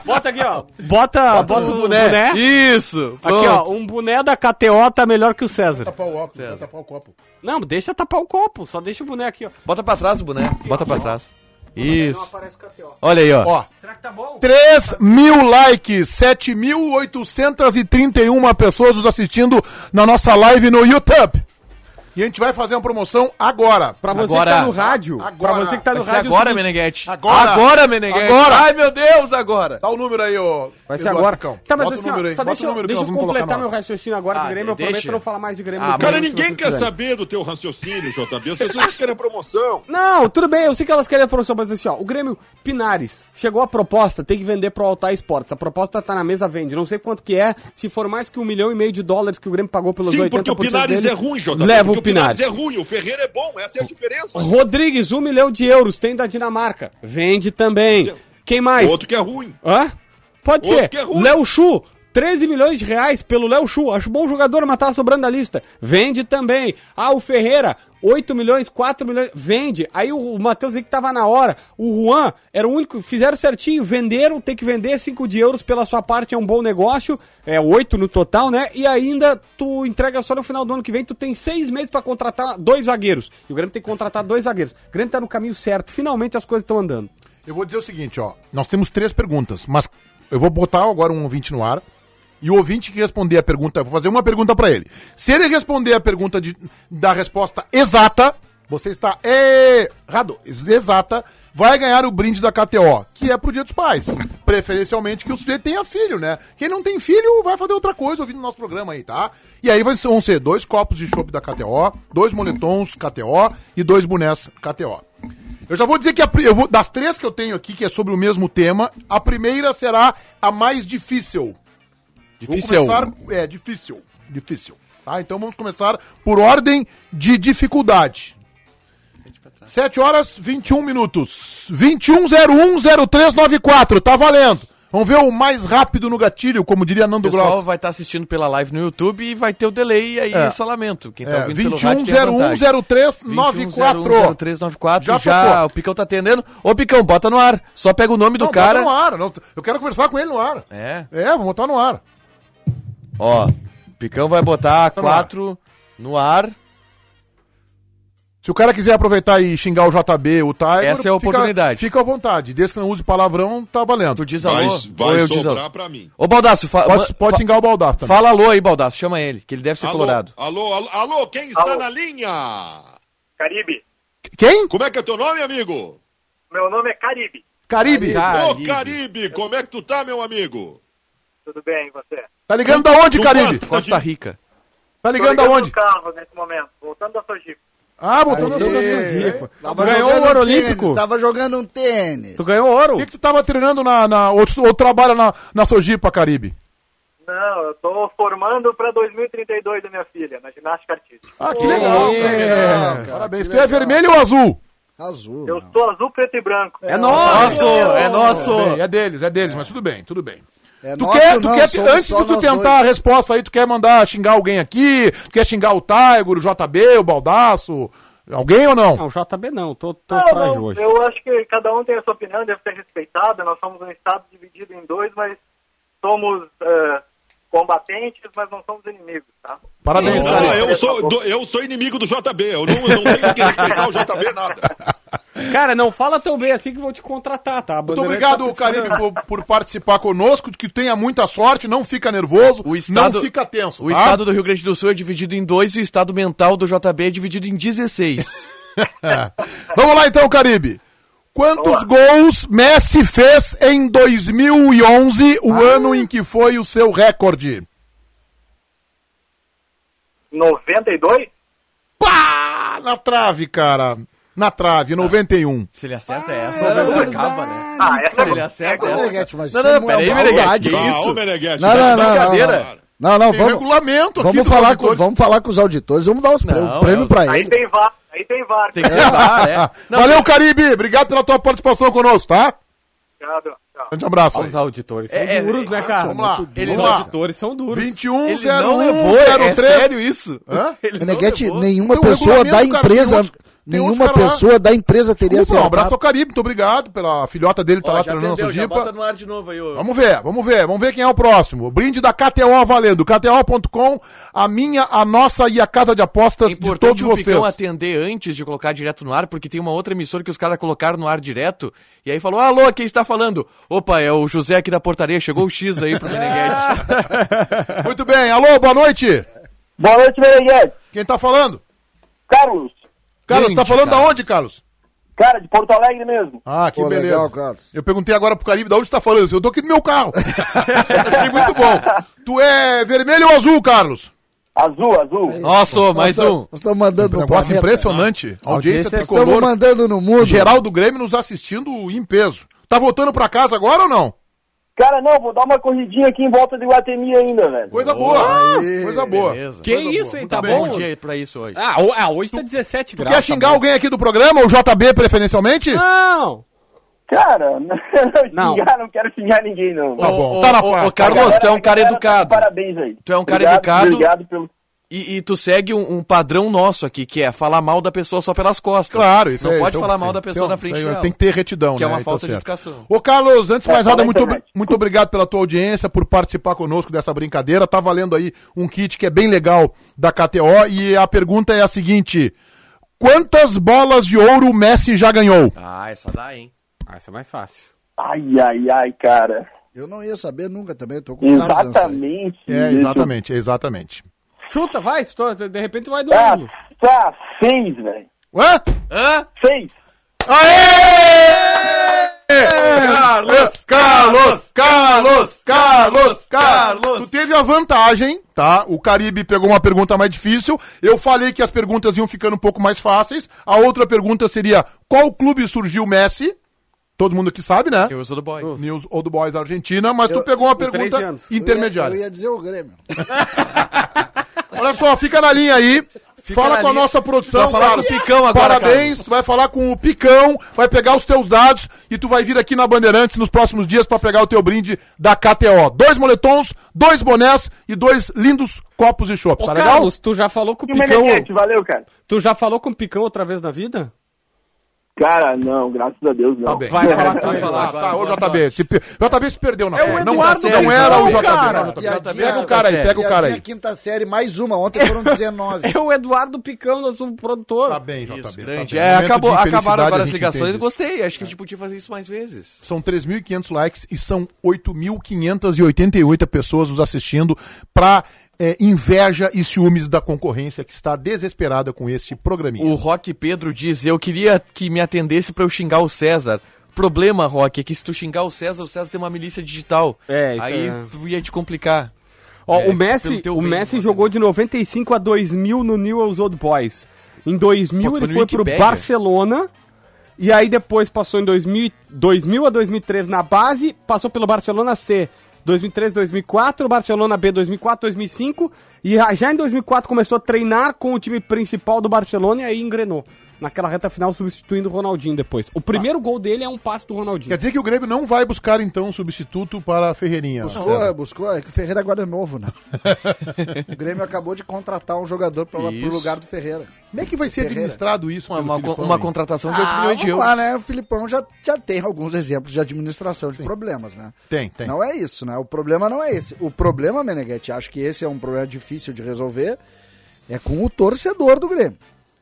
Bota aqui, ó. Bota, bota, um o boné. Isso! Aqui, ó. Um boné da KTO tá melhor que o César. Tapar o óculos, vou tapar o copo. Não, deixa tapar o copo. Só deixa o boné aqui, ó. Bota pra trás o boné. Bota pra trás. Isso. aparece KTO. Olha aí, ó. Ó, Será que tá bom? 3 mil likes, 7.831 pessoas nos assistindo na nossa live no YouTube. E a gente vai fazer uma promoção agora. Pra você Agora. que tá no rádio. Pra você que tá no Vai ser rádio. agora, é o seguinte, Meneghete. Agora. Agora, Meneghete. Agora. Ai, meu Deus, agora. Dá o número aí, ô. Vai ser Eduardo agora. Cão. Tá, mas Bota o assim, ó, número aí, só bota deixa, o número que deixa eu nós vamos colocar completar no meu ar. raciocínio agora Ah, do Grêmio. Eu deixa. prometo não falar mais de Grêmio. Ah, no programa, Cara, se ninguém vocês quer quiserem. saber do teu raciocínio, JB. As pessoas querem promoção. Não, tudo bem, eu sei que elas querem a promoção, mas assim, ó, o Grêmio Pinares chegou a proposta, tem que vender pro Altar Esportes. A proposta tá na mesa, vende. Não sei quanto que é, se for mais que um milhão e meio de dólares que o Grêmio pagou pelos Sim, 80% porque o Pinares dele, é ruim, JB. Leva porque o Pinares. é ruim, o Ferreira é bom. Essa é a diferença. Rodrigues, um milhão de euros, tem da Dinamarca. Vende também. Sim. Quem mais? Outro que é ruim. Hã? Pode Outro ser. que é ruim. Léo Chu, 13 milhões de reais pelo Léo Chu. Acho bom jogador, mas tá sobrando da lista. Vende também. Ah, o Ferreira, 8 milhões, 4 milhões. Vende. Aí o, o Matheus que tava na hora. O Juan era o único. Fizeram certinho, venderam, tem que vender 5 de euros pela sua parte, é um bom negócio. É 8 no total, né? E ainda tu entrega só no final do ano que vem, tu tem 6 meses pra contratar dois zagueiros. E o Grêmio tem que contratar dois zagueiros. O Grêmio tá no caminho certo. Finalmente as coisas estão andando. Eu vou dizer o seguinte, ó. Nós temos três perguntas, mas eu vou botar agora um ouvinte no ar. E o ouvinte que responder a pergunta, eu vou fazer uma pergunta pra ele. Se ele responder a pergunta de- da resposta exata, você está errado, exata, vai ganhar o brinde da KTO, que é pro Dia dos Pais. Preferencialmente que o sujeito tenha filho, né? Quem não tem filho vai fazer outra coisa ouvindo o nosso programa aí, tá? E aí vai ser- vão ser dois copos de chopp da KTO, dois moletons KTO e dois bonés KTO. Eu já vou dizer que a pri- eu vou, das três que eu tenho aqui, que é sobre o mesmo tema, a primeira será a mais difícil. Difícil. um. Vou começar, é, difícil. Difícil. Tá? Então vamos começar por ordem de dificuldade. 7 horas 21 minutos. 21010394. Tá valendo. Vamos ver o mais rápido no gatilho, como diria O Nando pessoal Gross. vai estar assistindo pela live no YouTube e vai ter o delay e aí É. esse lamento. Quem tá É, ouvindo pelo rádio tem a vantagem. 21010394. 21010394, Já já, tocou. o Picão tá atendendo. Ô Picão, bota no ar. Só pega o nome do Não, bota cara. no ar. não, eu quero conversar com ele no ar. É. É, vamos botar no ar. Ó, Picão vai botar no ar. 4 no ar. Se o cara quiser aproveitar e xingar o JB, o Tiger, Essa é a fica- oportunidade. Fica, à vontade. Desde que não use palavrão, tá valendo. Tu diz Vai, alô. ou vai eu diz alô. sobrar pra mim. Ô Baldaço, fa- Pode, ma- pode fa- xingar o Baldaço também. fala alô aí, Baldaço. Chama ele, que ele deve ser Alô, colorado. alô, alô, alô, quem está Alô. na linha? Caribe. Quem? Como é que é teu nome, amigo? Meu nome é Caribe. Caribe. Tá, Ô, Caribe. Caribe, como é que tu tá, meu amigo? Tudo bem, e você? tá ligando da onde, Tu Caribe? gosta? Costa Rica. Tá Tô ligando da ligando onde? do carro nesse momento, voltando da Sojipa. Ah, botou na Aê. sua Aê. O Tava Ganhou jogando o ouro um tênis, olímpico. Tava jogando um tênis. Tu ganhou ouro. que, que tu tava treinando na. na ou, tu- ou trabalha na, na Sojipa, Caribe? Não, eu tô formando pra 2032 da minha filha, na ginástica artística. Ah, que legal. é. cara. Legal, cara, Parabéns. que Tu é legal. vermelho ou azul? Azul. Eu mano. sou azul, preto e branco. É Nosso, é nosso. Bem, é deles, é deles, mas tudo bem, tudo bem. É tu nosso, quer, tu não, quer somos antes só de tu nós tentar a dois. resposta aí, tu quer mandar xingar alguém aqui? Tu quer xingar o Tiger, o JB, o Baldaço? Alguém ou não? Não, JB não, tô, tô Não, frágil não, hoje. eu acho que cada um tem a sua opinião, deve ser respeitada. Nós somos um estado dividido em dois, mas somos eh, combatentes, mas não somos inimigos, tá? Parabéns, Ah, Caribe. eu, sou, do- eu sou inimigo do JB, eu não, eu não tenho que respeitar o JB nada. Cara, não fala tão bem assim que eu vou te contratar, tá? Muito obrigado, Caribe, por, por participar conosco. Que tenha muita sorte, não fica nervoso, O estado, não fica tenso. O tá? estado do Rio Grande do Sul é dividido em dois e o estado mental do JB é dividido em 16. Vamos lá então, Caribe. Quantos gols Messi fez em 2011, o ano em que foi o seu recorde? 92? Pá! Na trave, cara. Na trave, 91. Se ele acerta é essa, não acaba, né? Ah, essa Se ele acerta é Ô, essa. Meneghete, mas Não, isso não, não peraí, é Meneghete, maldade. que Ah, ô, isso? Meneghete, Não, não, tá de não, brincadeira. não, não, não, Tem vamos, regulamento aqui vamos, dos falar com, auditores. vamos falar com os auditores, vamos dar os prêmios, Não, prêmio é, pra Aí ele. tem VAR, aí tem VAR. Tem que levar, é. Não, Valeu, Caribe. Obrigado pela tua participação conosco, tá? Obrigado. Grande abraço. Os auditores são É, é, duros, né, nossa, cara? vamos lá, Eles, vamos lá. Os auditores são duros. 21 Ele não 01 levou, 03. é sério isso? Hã? Ele não Meneghete, levou. Tem nenhuma um pessoa da regulamento, cara, empresa. tem uns- tem uns nenhuma caras lá. pessoa da empresa teria Desculpa, um acertado. abraço ao Caribe, muito obrigado pela a filhota dele tá Ó, lá já treinando a atendeu, já Sojipa. bota no ar de novo aí, ô. Vamos ver, vamos ver, vamos ver quem é o próximo. Brinde da KTO valendo, KTO.com, a minha, a nossa e a casa de apostas É de todos importante o Picão vocês. atender antes de colocar direto no ar, porque tem uma outra emissora que os caras colocaram no ar direto. E aí falou: Alô, quem está falando? Opa, é o José aqui da portaria. Chegou o X aí pro Meneghete. Muito bem, alô, boa noite. Boa noite, Meneghete. Quem tá falando? Carlos, Carlos, tá Grande, falando cara. da onde, Carlos? cara, de Porto Alegre mesmo. Ah, que Pô, beleza. legal, Carlos. Eu perguntei agora pro Caribe, da onde você tá falando? Eu disse, Eu tô aqui no meu carro. Achei muito bom. Tu é vermelho ou azul, Carlos? Azul, É azul. Nossa, mais Nós tá- um. é Nós estamos mandando Um no negócio planeta. né? impressionante. Audiência Audiência Estamos tricolor. mandando no mundo. Geral do Grêmio nos assistindo em peso. Tá voltando pra casa agora ou não? Cara, não, vou dar uma corridinha aqui em volta de Guatemi ainda, velho. Coisa boa. aí. Coisa boa. Beleza. Que isso, hein? Tá Bom bom? dia pra isso hoje. Ah, ho- ah, hoje tá 17 graus. Quer tá xingar bom. alguém aqui do programa, ou JB preferencialmente? Ah, Não! Cara, não, Não. não. xingar, não quero xingar ninguém, não. Tá Ô, bom, ô, tá na ô, paz, ô, tá Carlos, Galera- tu é um galera cara tá de educado. Parabéns aí. Tu é um cara Obrigado, educado. Obrigado pelo... E, e tu segue um, um padrão nosso aqui, que é falar mal da pessoa só pelas costas. Claro, isso Não é- pode isso é um- falar mal da isso é pessoa um- na frente isso é- dela. Tem que ter retidão, Que né? é uma Aí tá falta de certo. educação. Ô, Carlos, antes de É, mais nada, fala aí, muito, obri- Tomate. muito obrigado pela tua audiência, por participar conosco dessa brincadeira. Tá valendo aí um kit que é bem legal da KTO. E a pergunta é a seguinte: quantas bolas de ouro o Messi já ganhou? Ah, essa dá, hein? Ah, essa é mais fácil. Ai, ai, ai, cara. Eu não ia saber nunca também, eu tô com o Carlos Anselmo. Exatamente. É, exatamente, exatamente. Chuta, vai, se tu- de repente vai do Ah, ângulo. tá, seis, velho. Hã? Hã? Seis. Carlos, Carlos, Carlos, Carlos, Carlos. Tu teve a vantagem, tá? O Caribe pegou uma pergunta mais difícil. Eu falei que as perguntas iam ficando um pouco mais fáceis. A outra pergunta seria: qual clube surgiu o Messi? Todo mundo aqui sabe, né? Eu sou do boy. News Old Boys da Argentina, mas tu pegou uma 13 pergunta anos. intermediária. Eu ia, eu ia dizer o Grêmio. Olha só, fica na linha aí. fala na com a linha. nossa produção. Vai falar Carlos. com o Picão agora, Parabéns, tu vai falar com o Picão, vai pegar os teus dados e tu vai vir aqui na Bandeirantes nos próximos dias pra pegar o teu brinde da KTO. Dois moletons, dois bonés e dois lindos copos e chopp, Ô, tá legal? Carlos, tu já falou com o um E o Picão? Meneghete, valeu, cara. Tu já falou com o Picão outra vez na vida? Cara, não, graças a Deus, não. Tá bem. Vai falar com Vai ele. falar, vai, tá, boa o JB. Se, pe- JB se perdeu É, na o não, Eduardo não, Barros, era o JB. cara. não, JB. Piadinha- Pega o é cara aí, pega o cara piadinha aí. quinta série, mais uma. Ontem foram 19. É o Eduardo Picão, nosso produtor. Tá bem, JB. tá Grande. bem. É, Momento de acabou, infelicidade, acabaram a agora as gente ligações. entende Eu gostei, acho que a gente podia fazer isso mais vezes. São 3.500 likes e são 8.588 pessoas nos assistindo para inveja e ciúmes da concorrência que está desesperada com este programinha. O Rock Pedro diz: Eu queria que me atendesse pra eu xingar o César. Problema, Rock, é que se tu xingar o César, o César tem uma milícia digital. É, isso Aí é. tu ia te complicar. Ó, É, o Messi, pelo teu o bem, Messi você. jogou de 95 a 2000 no Newell's Old Boys. Em 2000 Pô, foi ele no foi pro Wikipedia. Barcelona. E aí depois passou em 2000, 2000 a 2003 na base, passou pelo Barcelona C. 2003, 2004, Barcelona B 2004, 2005 e a- já em 2004 começou a treinar com o time principal do Barcelona e aí engrenou. Naquela reta final substituindo o Ronaldinho depois. O primeiro gol dele é um passe do Ronaldinho. Quer dizer que o Grêmio não vai buscar, então, um substituto para a Ferreirinha. Buscou, César. é, buscou. É que o Ferreira agora é novo, né? o Grêmio acabou de contratar um jogador pra, lá- pro Isso. lugar do Ferreira. Como é que vai ser Ferreira. administrado isso? Uma, pelo uma, Filipão, uma hein? contratação de 8 milhões vamos de euros. lá, né? O Filipão já, já tem alguns exemplos de administração de problemas, né? Tem, tem. Não é isso, né? O problema não é esse. O problema, Meneghetti, acho que esse é um problema difícil de resolver, é com o torcedor do Grêmio.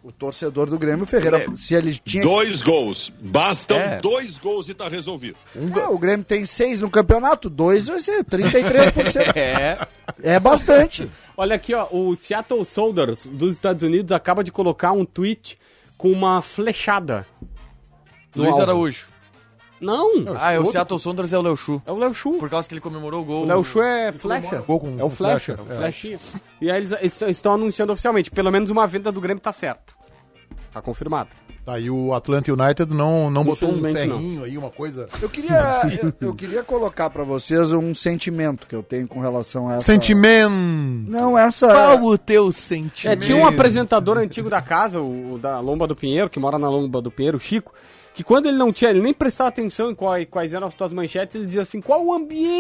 O torcedor do Grêmio, o Ferreira, se ele tinha... Dois gols. Bastam É. dois gols e tá resolvido. Ah, o Grêmio tem seis no campeonato, dois vai ser 33%. É. é bastante. Olha aqui, ó, o Seattle Solders dos Estados Unidos acaba de colocar um tweet com uma flechada. no Luiz alvo. Araújo. Não! Ah, é o Seattle Saunders é o Léo Xu. É o Léo Xu. Por causa que ele comemorou o gol. O Léo Xu é flecha. Gol com- é o com flecha. flecha, É o flechinha. E aí eles, eles estão anunciando oficialmente. Pelo menos uma venda do Grêmio tá certa. Tá confirmado. Aí o Atlanta United não, não botou um Infelizmente, não. ferrinho aí, uma coisa... Eu queria, eu, eu queria colocar pra vocês um sentimento que eu tenho com relação a essa... Sentimento! Não, essa... Qual o teu É, sentimento? tinha um apresentador antigo da casa, o, o da Lomba do Pinheiro, que mora na Lomba do Pinheiro, o Chico, que quando ele não tinha, ele nem prestava atenção em qual- quais eram as tuas manchetes, ele dizia assim, qual o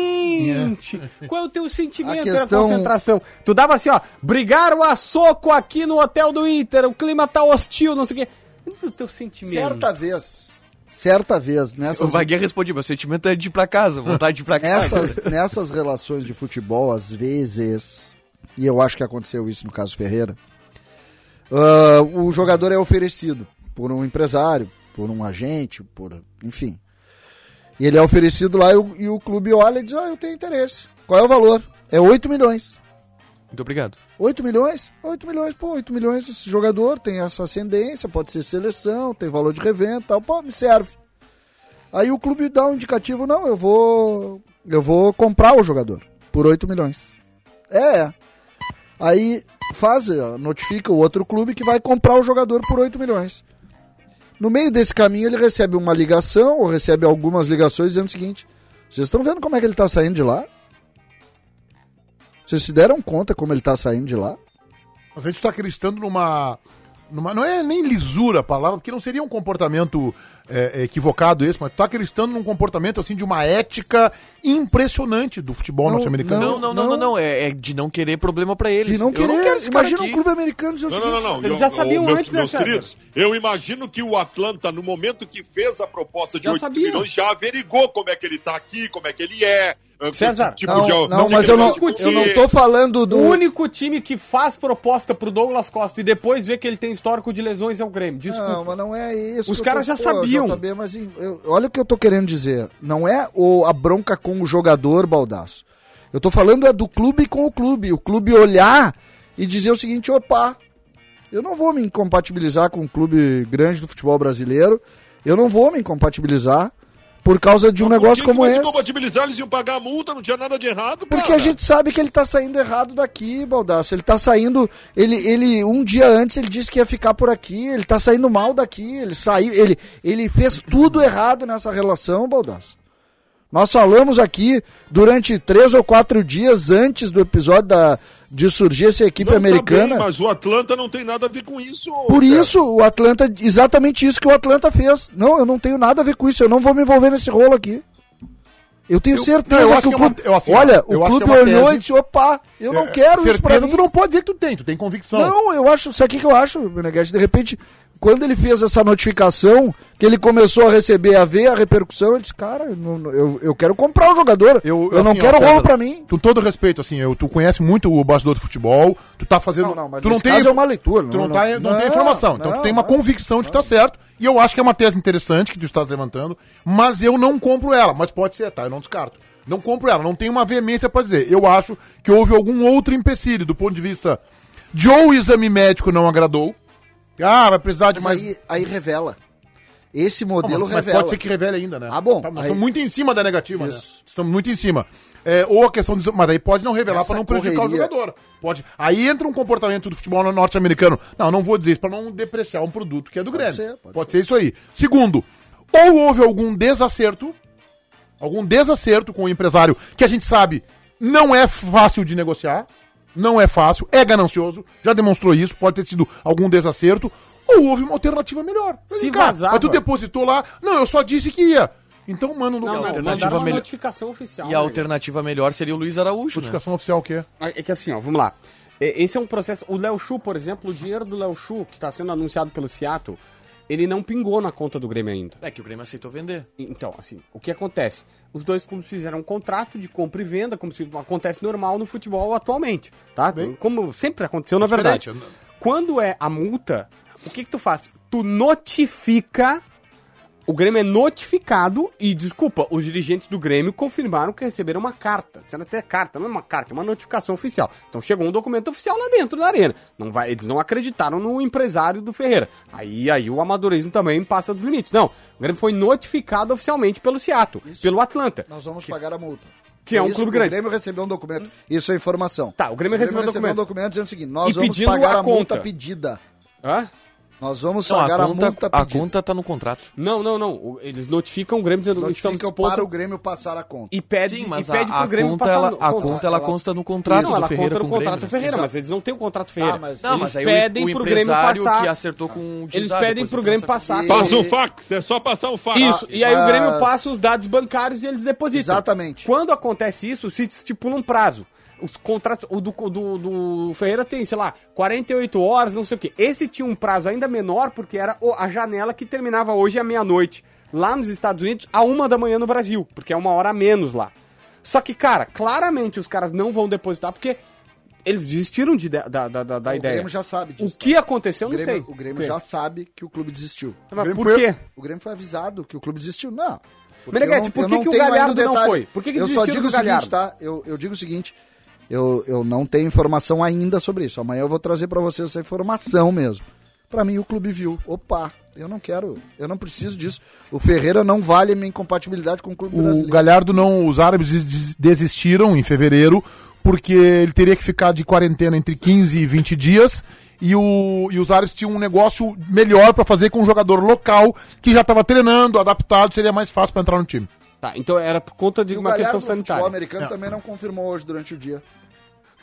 ambiente, qual é o teu sentimento, A era questão- a concentração. Tu dava assim, ó, brigaram a soco aqui no hotel do Inter, o clima tá hostil, não sei o quê. Mas o teu sentimento. Certa vez, certa vez, O nessas, Vaguinha respondeu, meu sentimento é de ir pra casa, vontade de tá ir pra casa. nessas, nessas relações de futebol, às vezes, e eu acho que aconteceu isso no caso Ferreira, ah, o jogador é oferecido por um empresário, por um agente, por enfim. E ele é oferecido lá e o, e o clube olha e diz, ah, eu tenho interesse. Qual é o valor? É 8 milhões. Muito obrigado. 8 milhões? 8 milhões, pô, 8 milhões esse jogador tem essa ascendência, pode ser seleção, tem valor de revenda e tal, pô, me serve. Aí o clube dá um indicativo, não, eu vou eu vou comprar o jogador por 8 milhões. É. é. Aí faz, ó, notifica o outro clube que vai comprar o jogador por 8 milhões. No meio desse caminho ele recebe uma ligação ou recebe algumas ligações dizendo o seguinte: vocês estão vendo como é que ele tá saindo de lá? Vocês se deram conta como ele tá saindo de lá? Às vezes tu tá acreditando numa, numa. Não é nem lisura a palavra, porque não seria um comportamento é, equivocado esse, mas tu tá acreditando num comportamento assim de uma ética impressionante do futebol Não, norte-americano. Não, não, não, não, não. não, É, é de não querer problema pra eles. De não Eu querer. quero esse cara Imagina aqui. um clube americano dizer o Não, seguinte. não, não, não. Eles Eu- já sabiam meus, antes, né, meus César? queridos, eu imagino que o Atlanta, no momento que fez a proposta de Já 8 sabia. milhões, já averigou como é que ele tá aqui, como é que ele é. eh, César, que tipo Não, de- não, como mas que eu ele não, gosta de eu não comer. tô falando do. O único time que faz proposta pro Douglas Costa e depois vê que ele tem histórico de lesões é o Grêmio. Desculpa. Não, mas não é isso. Os que eu caras tô- já sabiam. JB, mas em- eu- olha o que eu tô querendo dizer. Não é o, a bronca com o jogador, Baldaço. Eu tô falando é do clube com o clube. O clube olhar e dizer o seguinte, opa, eu não vou me incompatibilizar com um clube grande do futebol brasileiro. Eu não vou me incompatibilizar por causa de um Por negócio que que como vai se esse. compatibilizar, eles iam pagar a multa, não tinha nada de errado, Porque cara. a gente sabe que ele tá saindo errado daqui, Baldaço. Ele tá saindo. Ele, ele um dia antes ele disse que ia ficar por aqui. Ele tá saindo mal daqui. Ele saiu. Ele, ele fez tudo errado nessa relação, Baldaço. Nós falamos aqui durante três ou quatro dias antes do episódio da, de surgir essa equipe Não, tá é americana. bem, mas o Atlanta não tem nada a ver com isso. Por cara. isso, o Atlanta, exatamente isso que o Atlanta fez. Não, eu não tenho nada a ver com isso, eu não vou me envolver nesse rolo aqui. Eu tenho certeza não, eu acho que que o é uma- clube. eu, assim, olha, eu o acho clube que é uma olhou tese- e disse: opa, eu não É, quero isso pra certeza mim. tu não pode dizer que tu tem, tu tem convicção. Não, eu acho, sabe o que que eu acho, Meneghete? De repente, quando ele fez essa notificação, que ele começou a receber, a ver a repercussão, ele disse, cara, eu não- eu, eu quero comprar o jogador. Eu, não assim, ó, quero rolo César, pra mim. Com todo respeito, assim, eu, tu conhece muito o bastidor do futebol, tu tá fazendo. Não, não, mas tu não nesse tem, caso é uma leitura, Tu não, não- tá- não, não- tem não, informação. Então tu não, tem uma não. convicção de que tá certo. E eu acho que é uma tese interessante que tu estás levantando, mas eu não compro ela. Mas pode ser, tá? Eu não descarto. Não compro ela, não tenho uma veemência pra dizer. Eu acho que houve algum outro empecilho do ponto de vista de ou o exame médico não agradou. Ah, vai precisar de Mas, mais. aí, aí revela. Esse Não, modelo mas- mas revela. pode ser que revele ainda, né? Ah, bom, Tá, nós aí- Estamos muito em cima da negativa, né? Isso. Estamos muito em cima. É, ou a questão de. Mas aí pode não revelar Essa para não prejudicar correria- o jogador. Pode. Aí entra um comportamento do futebol norte-americano. Não, não vou dizer isso para não depreciar um produto que é do Grêmio. ser, pode pode ser isso aí. Segundo, ou houve algum desacerto algum desacerto com o empresário que a gente sabe não é fácil de negociar, não é fácil, é ganancioso, já demonstrou isso, pode ter sido algum desacerto, ou houve uma alternativa melhor. Mas, Se cara, vazava. Mas tu depositou lá, não, eu só disse que ia. Então, mano, não, Não, não, não, alternativa mandaram uma melhor. notificação oficial. E a né? alternativa melhor seria o Luiz Araújo, né? notificação oficial o quê? É que assim, ó, vamos lá. É, Esse é um processo. O Léo Chu, por exemplo, o dinheiro do Léo Chu, que está sendo anunciado pelo Seattle, ele não pingou na conta do Grêmio ainda. É que o Grêmio aceitou vender. Então, assim, o que acontece? Os dois clubes fizeram um contrato de compra e venda, como se acontece normal no futebol atualmente, tá? como sempre aconteceu, na diferente, verdade. Quando é a multa, o que que tu faz? Tu notifica, o Grêmio é notificado e, desculpa, os dirigentes do Grêmio confirmaram que receberam uma carta. Sendo até carta, não é uma carta, é uma notificação oficial. Então chegou um documento oficial lá dentro da arena. Não vai, eles não acreditaram no empresário do Ferreira. Aí, aí o amadorismo também passa dos limites. Não, o Grêmio foi notificado oficialmente pelo Seattle, pelo Atlanta. Nós vamos pagar a multa. Que é um Isso clube que grande. O Grêmio recebeu um documento. Isso é informação. Tá, o Grêmio recebeu um um documento. documento dizendo o seguinte: nós E vamos pedindo pagar a a multa conta. pedida. Hã? Nós Nós vamos Não, pagar a, a, conta, multa a pedida. conta tá no contrato. Não, não, não. O- Eles notificam o Grêmio dizendo que Notificam estamos para disposto o Grêmio passar a conta. e pede, Sim, mas É e a, pede pro a Grêmio conta, passar ela, no- a con- conta ela ela- consta no contrato Não, do ela Ferreira conta com no o Grêmio. contrato do Ferreira, Exato. mas eles não têm o contrato Ferreira. Ah, mas Não, eles mas aí o- pedem o, pro Grêmio empresário passar. que acertou com um o Eles Gizar, pedem depois pro da Grêmio transação. passar. a Passa conta. o fax, é só passar o fax. Isso, e aí o mas- Grêmio passa os dados bancários e eles depositam. Exatamente. Quando acontece isso, se estipula um prazo. Os contratos, o do, do, do Ferreira tem, sei lá, 48 horas, não sei o quê. Esse tinha um prazo ainda menor, porque era o- a janela que terminava hoje à meia-noite. Lá nos Estados Unidos, a uma da manhã no Brasil, porque é uma hora a menos lá. Só que, cara, claramente os caras não vão depositar, porque eles desistiram de, da, da, da, da O ideia. Grêmio já sabe O disso. que aconteceu, O eu não Grêmio, sei. o Grêmio já sabe que o clube desistiu. Mas Grêmio por foi- quê? O Grêmio foi avisado que o clube desistiu. Não. porque Meneghete, eu por eu que que o tenho ainda Galhardo não detalhe. foi? Por que que eu só desistiram digo do o seguinte, Galhardo? tá? Eu, eu digo o seguinte, eu, eu não tenho informação ainda sobre isso. Amanhã eu vou trazer pra vocês essa informação mesmo. Pra mim, o clube viu. Opa, eu não quero, eu não preciso disso. O Ferreira não vale a minha incompatibilidade com o clube O brasileiro. Galhardo não. Os árabes des- desistiram em fevereiro, porque ele teria que ficar de quarentena entre 15 e 20 dias. E, o, e os árabes tinham um negócio melhor pra fazer com um jogador local que já tava treinando, adaptado, seria mais fácil pra entrar no time. Tá, então era por conta de E o uma questão do futebol sanitária. americano também não confirmou hoje durante o dia.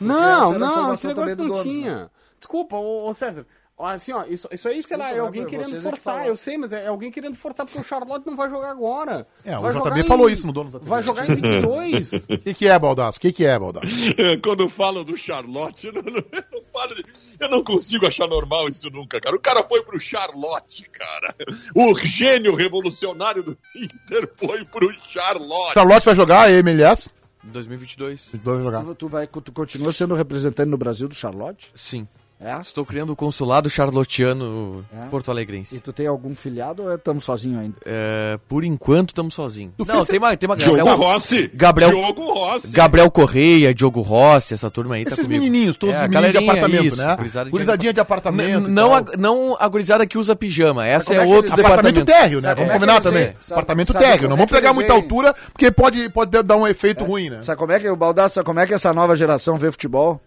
Não, essa era a não, esse informação negócio também do não Donos, tinha. Desculpa, ô, ô César. Ó, Assim, ó, isso, isso aí, sei lá, é né, alguém pra querendo vocês é que forçar. falar. Eu sei, mas é alguém querendo forçar porque o Charlotte não vai jogar agora. É, o vai JB jogar falou isso no Donos da TV. Vai jogar em 22. O que, que é, Baldaço? O que, que é, Baldaço? Quando falo do Charlotte, eu não, eu não falo de- eu não consigo achar normal isso nunca, cara. O cara foi pro Charlotte, cara. O gênio revolucionário do Inter foi pro Charlotte. Charlotte vai jogar, ele, aliás. 2022. Vai Ah. jogar. Tu, vai, tu continua sendo representante no Brasil do Charlotte? Sim. É? Estou criando o consulado charlotiano É? porto alegrense. E tu tem algum filiado ou estamos sozinhos ainda? É, por enquanto, estamos sozinhos. Não, tem uma, tem uma Diogo Gabriel, Rossi. Gabriel- Diogo Rossi. Gabriel Correia, Diogo Rossi, essa turma aí tá Esses comigo. menininhos, todos É, os a meninos de galerinha, apartamento, isso, né? gurizada de- Gurizadinha de apartamento. N- e Não, tal. a, não a gurizada que usa pijama. Mas Essa é como é que outro eles- Apartamento departamento. térreo, né? Sabe Vamos como é que combinar eles também. veem? Sabe- apartamento sabe térreo. como Não é vamos que pegar eles muita veem? altura, porque pode, pode dar um efeito ruim, né? Sabe como é que o Baldaço, sabe como é que essa nova geração vê futebol?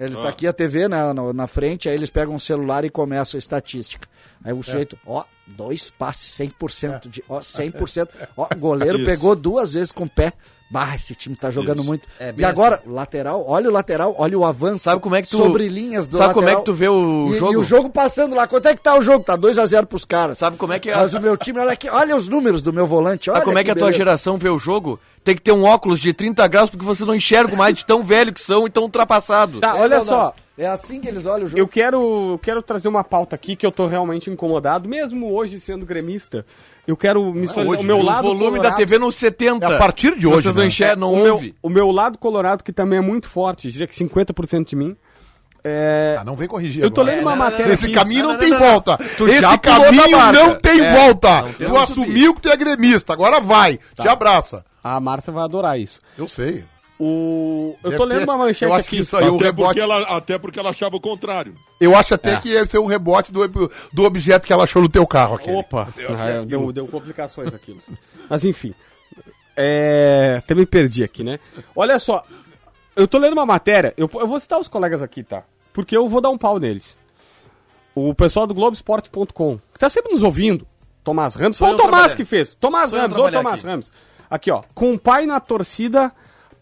Ele Ah. tá aqui a TV na, na, na frente, aí eles pegam um celular e começam a estatística. Aí o É. sujeito, ó, dois passes, 100% de, ó, 100%. Ó, goleiro Isso. pegou duas vezes com o pé. Bah, esse time tá jogando Isso. muito. É, e bem agora, lateral, olha o lateral, olha o avanço. Sabe como é que tu- Sobre linhas do sabe lateral. como é que tu vê o e, jogo? E o jogo passando lá. Quanto é que tá o jogo? Tá 2x0 pros caras. Sabe como é que é? Mas o meu time, olha aqui, olha os números do meu volante, olha Sabe como é que a tua beleza. geração vê o jogo? Tem que ter um óculos de 30 graus porque você não enxerga mais de tão velho que são e tão ultrapassado. tá, olha só. É assim que eles olham o jogo. Eu quero, eu quero trazer uma pauta aqui que eu tô realmente incomodado, mesmo hoje sendo gremista. Eu quero me solidar- Hoje, o meu o lado volume da colorado- TV não 70. É a partir de hoje, Vocês né? não enxergam, não o meu- ouvem. o meu lado colorado, que também é muito forte, diria que 50% de mim. É, Ah, não vem corrigir eu tô agora. lendo uma não, não, matéria. Esse aqui- caminho não, Não, não, tem não, não. volta. Tu Esse já pulou da caminho barca. não tem É, volta. um não tem tu como assumiu que tu é gremista, agora vai. Tá. Te abraça. A Márcia vai adorar isso. Eu sei. O... Eu Deve tô lendo ter- uma manchete eu acho aqui. que isso aí, o até, porque rebote, ela, até porque ela achava o contrário. Eu acho É. até que ia ser um rebote do, do objeto que ela achou no teu carro aqui. Opa, ah, deu, deu complicações aquilo. Mas enfim. É... Até me perdi aqui, né? Olha só, eu tô lendo uma matéria, eu, eu vou citar os colegas aqui, tá? Porque eu vou dar um pau neles. O pessoal do Globoesporte.com, que tá sempre nos ouvindo. Tomás Ramos, Sou foi o eu Tomás trabalhar. que fez. Tomás Sou eu Ramos, ô trabalhar Tomás aqui. Ramos. Aqui, ó. Com o pai na torcida,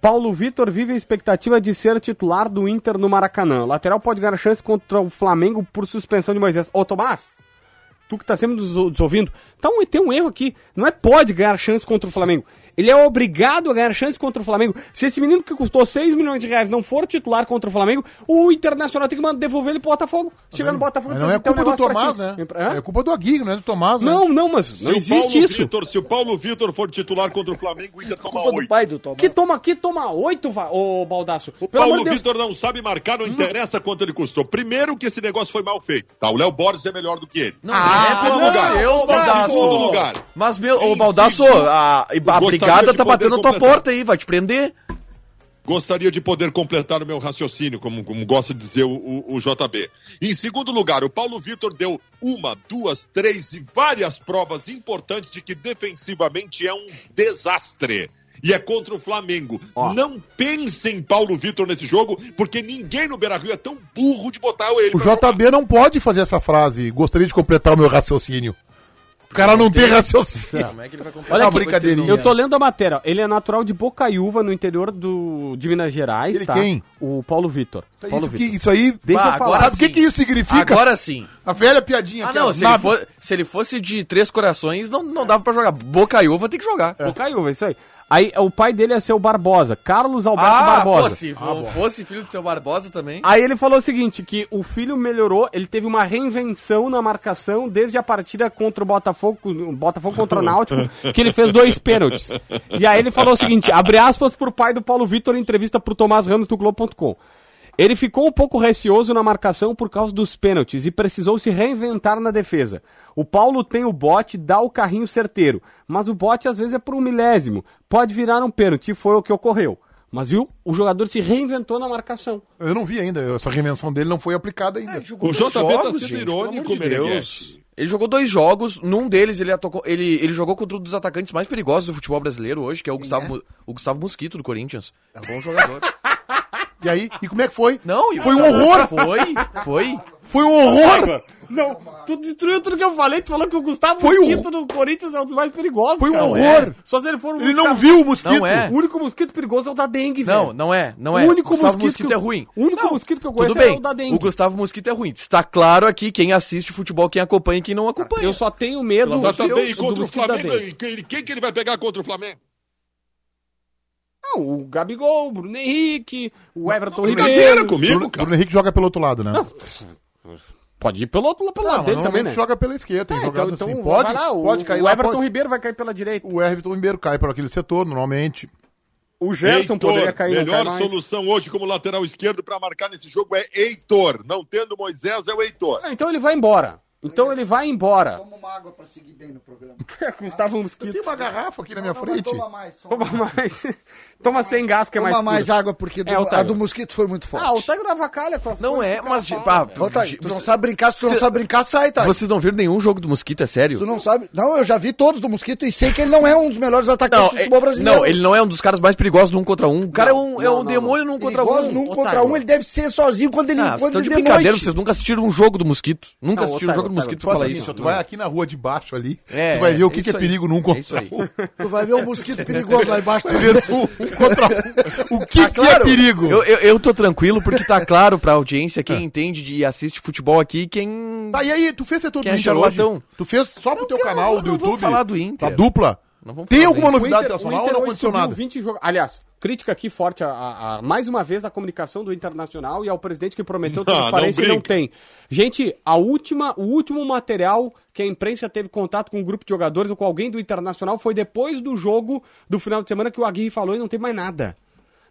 Paulo Vitor vive a expectativa de ser titular do Inter no Maracanã. O lateral pode ganhar chance contra o Flamengo por suspensão de Moisés. Ô, Tomás, tu que tá sempre nos, nos ouvindo, tá um, tem um erro aqui. Não é pode ganhar chance contra o Flamengo. Ele é obrigado a ganhar chance contra o Flamengo. Se esse menino que custou 6 milhões de reais não for titular contra o Flamengo, o Internacional tem que mandar devolver ele pro Botafogo. Chega no Botafogo e Mas diz não é assim, "Tem um culpa do negócio pra Tomás, ti." né? Hã? É culpa do Aguirre, não é do Tomás, né? Não, não, mas não o existe Paulo isso. Vitor, se o Paulo Vitor for titular contra o Flamengo, o Inter toma culpa do oito. pai do Tomás. Que toma, que toma oito, va- ô Baldaço. O Pelo amor Paulo de Deus. Vitor não sabe marcar, não interessa quanto ele custou. Primeiro que esse negócio foi mal feito. Tá, o Léo Borges é melhor do que ele. Não, Ah, em segundo não, lugar. Deus, Não, Baldasso. Em segundo lugar. Mas, meu, ô Em Baldasso, segundo, a, a gostaria brigada de tá poder batendo na tua completar. porta aí, vai te prender. Gostaria de poder completar o meu raciocínio, como, como gosta de dizer o, o- o JB. Em segundo lugar, o Paulo Vitor deu uma, duas, três e várias provas importantes de que defensivamente é um desastre. e é contra o Flamengo. Não pensem em Paulo Vitor nesse jogo, porque ninguém no Beira-Rio é tão burro de botar ele O pra jogar. JB não pode fazer essa frase. Gostaria de completar o meu raciocínio. O cara não tem raciocínio. Como é que ele vai comprar? Olha Olha uma aqui, brincadeirinha. eu tô lendo a matéria. ó. Ele é natural de Bocaiúva, no interior do, de Minas Gerais, Ele tá? quem? Tá, O Paulo Vitor. Paulo Isso, que- Vitor. isso aí. Deixa Bah, eu falar. agora Sabe o que, sim. que isso significa? Agora sim. A velha piadinha. Ah, que é não, se na- ele, for- se ele fosse de Três Corações, não, não dava pra jogar. Bocaiúva tem que jogar. É, Bocaiúva, isso aí. Aí o pai dele ia ser o Barbosa, Carlos Alberto Ah, Barbosa. pô, se fo- fosse filho do seu Barbosa Ah, também. Aí ele falou o seguinte, que o filho melhorou, ele teve uma reinvenção na marcação desde a partida contra o Botafogo, o Botafogo contra o Náutico, que ele fez dois pênaltis. E aí ele falou o seguinte, abre aspas pro pai do Paulo Vitor em entrevista pro Tomás Ramos do Globo.com. Ele ficou um pouco receoso na marcação por causa dos pênaltis e precisou se reinventar na defesa. O Paulo tem o bote, dá o carrinho certeiro, mas o bote às vezes é por um milésimo, pode virar um pênalti, e foi o que ocorreu. Mas viu, o jogador se reinventou na marcação. Eu não vi ainda. Essa reinvenção dele não foi aplicada ainda. O JB tá sendo pelo amor irônico, de Deus. Meneghetti. Ele jogou dois jogos, num deles ele, atacou, ele, ele jogou contra um dos atacantes mais perigosos do futebol brasileiro hoje, que é o, Gustavo, Mu- o Gustavo Mosquito do Corinthians. É um bom jogador. E aí? E como é que foi? Não, e Foi um horror. Foi, foi. Foi um horror. Não, tu destruiu tudo que eu falei, tu falou que o Gustavo Foi um- Mosquito do Corinthians é um dos mais perigosos. Foi um cara. horror. Só se ele for um Ele não Gustavo- viu o mosquito. Não é. O único mosquito perigoso é o da dengue, Não, velho. não é, não é. O único Gustavo mosquito que é eu- ruim. o único Não, mosquito que eu tudo conheço é bem. o da dengue. O Gustavo Mosquito é ruim. Está claro aqui quem assiste futebol, quem acompanha e quem não acompanha. Eu só tenho medo Mas do, tá também do contra o mosquito da Flamengo. dengue. e Quem, quem que ele vai pegar contra o Flamengo? Não, o Gabigol, o Bruno Henrique, o Everton tá Brincadeira Ribeiro. comigo, Bruno, cara. Bruno Henrique joga pelo outro lado, né? Ah, Não, Pode ir pelo outro pelo lado dele também, né? joga pela esquerda. Tem Ah, então, jogado então assim. vai Pode, lá, o, pode cair o lá. Everton pode- Ribeiro vai cair pela direita. O Everton Ribeiro cai para aquele setor, normalmente. O Gerson Heitor, poderia cair, não cai melhor mais. solução hoje como lateral esquerdo pra marcar nesse jogo é Heitor. Não tendo Moisés, é o Heitor. Ah, então ele vai embora. Então ele vai embora. Toma uma água pra seguir bem no programa. Gustavo um Mosquito. Tem uma garrafa aqui na minha Não, mas frente. toma mais, toma, Toma mais. Toma sem gás, que é mais. um. Toma mais puro. água, porque do- É, Otávio. a do mosquito foi muito forte. Ah, o Tiger avacalha com as Não coisas é, que o mas... cara de- fala, pá, Ô, Thay, tu não sabe brincar, se tu não sabe brincar, sai, Thay. Vocês não viram nenhum jogo do Mosquito, é sério? Tu Tá. não sabe. Não, eu já vi todos do Mosquito e sei que ele não é um dos melhores atacantes Não, do futebol brasileiro. não, ele não é um dos caras mais perigosos do um contra um. O cara é um, é um demônio num Ele contra gosta um. num contra um, ele deve ser sozinho quando ele, Ah, vocês quando estão de ele de brincadeira, noite. vocês nunca assistiram um jogo do Mosquito. Nunca Não, assistiram um jogo do Otávio, Otávio, Mosquito tu pra falar faz isso. isso, tu vai aqui na rua de baixo ali, É, tu vai ver o é que, que é isso aí. perigo num É isso contra aí. um. Tu vai ver o mosquito perigoso lá embaixo. Tu vai ver um contra um. O que, Tá que é perigo? Ah. Eu, eu, eu tô tranquilo porque tá claro pra audiência quem entende de e assiste futebol aqui, quem. Tá, e aí, tu fez setor Quem é Inter hoje? charlatão? Tu fez só pro teu cara, canal não do vamos YouTube? falar do Inter. A dupla? Não vamos Tem falar alguma do Inter. novidade Inter- nacional o ou Inter é não hoje aconteceu subiu nada? 20 jogo- Aliás, crítica aqui forte a, a- a- mais uma vez à comunicação do Internacional e ao presidente que prometeu Não, transparência não e não brinca. tem. Gente, a última, o último material que a imprensa teve contato com um grupo de jogadores ou com alguém do Internacional foi depois do jogo do final de semana que o Aguirre falou e não teve mais nada.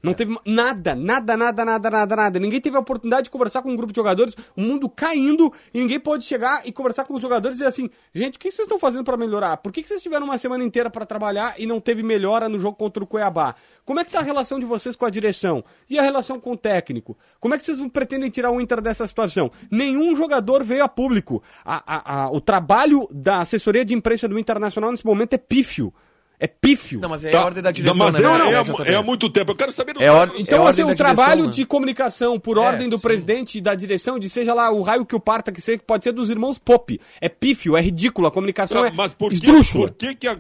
Não teve ma- nada, nada, nada, nada, nada, nada. Ninguém teve a oportunidade de conversar com um grupo de jogadores, o mundo caindo, e ninguém pôde chegar e conversar com os jogadores e dizer assim: gente, o que vocês estão fazendo pra melhorar? Por que que vocês tiveram uma semana inteira pra trabalhar e não teve melhora no jogo contra o Cuiabá? Como é que tá a relação de vocês com a direção? E a relação com o técnico? Como é que vocês pretendem tirar o Inter dessa situação? Nenhum jogador veio a público. A- a- a- o trabalho da assessoria de imprensa do Internacional nesse momento é pífio. É pífio. Não, mas é Tá. a ordem da direção, Mas né? é, Não, não, é- JB. é há muito tempo. Eu quero saber do É hora- Carlos Então, É assim, ordem o da trabalho direção, né? de comunicação por É, ordem do sim. presidente, da direção, de seja lá o raio que o parta, que seja, que pode ser dos irmãos Pop. É pífio, é ridículo, a comunicação é Tá, mas por que, esdrúxula. por que que a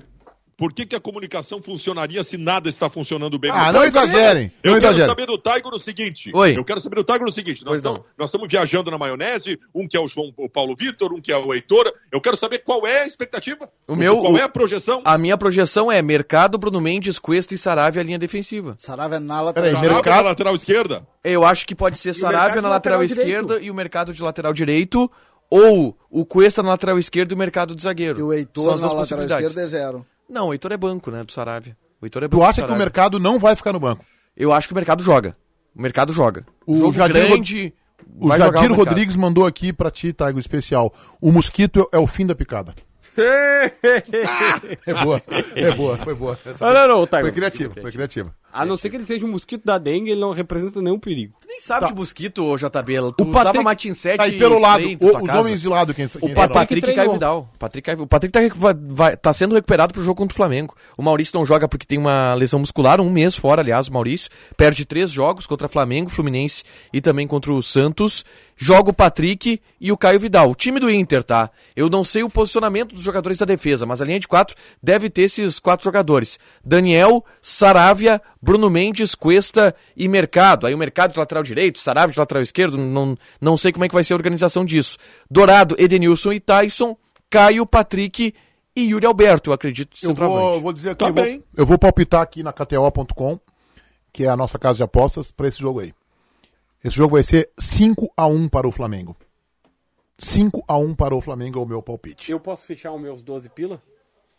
por que, que a comunicação funcionaria se nada está funcionando bem? Ah, Mas não pode ser. exagerem, Eu não quero exagerem. saber do Taigo o seguinte. Oi. Eu quero saber do Taigo o seguinte. Nós Pois não. estamos nós estamos viajando na maionese, um que é o João o Paulo Vitor, um que é o Heitor. Eu quero saber qual é a expectativa. O meu- Qual o- Ah, é a projeção? A minha projeção é mercado, Bruno Mendes, Cuesta e Saravia a linha defensiva. Sarava é Nala é, Peraí, Sarabia mercado- na lateral esquerda. Eu acho que pode ser Saravia mercado na de lateral, lateral esquerda e o mercado de lateral direito, ou o Cuesta na lateral esquerda e o mercado de zagueiro. E o São Heitor as na duas lateral possibilidades. esquerda é zero. Não, o Heitor é banco, né, do Saravia. O Heitor é banco Tu do acha que o Saravia. mercado não vai ficar no banco? Eu acho que o mercado joga. O mercado joga. O jogo Jadir grande... O vai jogar Jadir mercado. Rodrigues mandou aqui pra ti, Taigo, especial. O mosquito é o fim da picada. é boa, é boa, foi boa. Não, não, não, Taigo. Foi criativa, foi criativa. A não ser que ele seja um mosquito da dengue, ele não representa nenhum perigo. Tu nem sabe de mosquito, ô JB. Tu Tá. O usava Patrick- Matin 7 Tá aí pelo lado, spray em tua o- os casa. homens de lado quem, quem O Patrick, treinou. caiu Vidal. Patrick caiu- O Patrick tá, recu- vai- vai- tá sendo recuperado pro jogo contra o Flamengo. O Maurício não joga porque tem uma lesão muscular, um mês fora, aliás, o Maurício. Perde três jogos contra Flamengo, Fluminense e também contra o Santos. Joga o Patrick e o Caio Vidal. O time do Inter, tá? Eu não sei o posicionamento dos jogadores da defesa, mas a linha de quatro deve ter esses quatro jogadores. Daniel, Saravia, Bruno Mendes, Cuesta e Mercado. Aí o Mercado de lateral direito, Saravia de lateral esquerdo, não, não sei como é que vai ser a organização disso. Dourado, Edenilson e Tyson, Caio, Patrick e Yuri Alberto, eu acredito, Eu centroavante. vou, eu vou dizer aqui, Tá eu vou- bem. eu vou palpitar aqui na KTO.com, que é a nossa casa de apostas, pra esse jogo aí. Esse jogo vai ser 5x1 para o Flamengo. 5x1 para o Flamengo é o meu palpite. Eu posso fechar os meus 12 pila?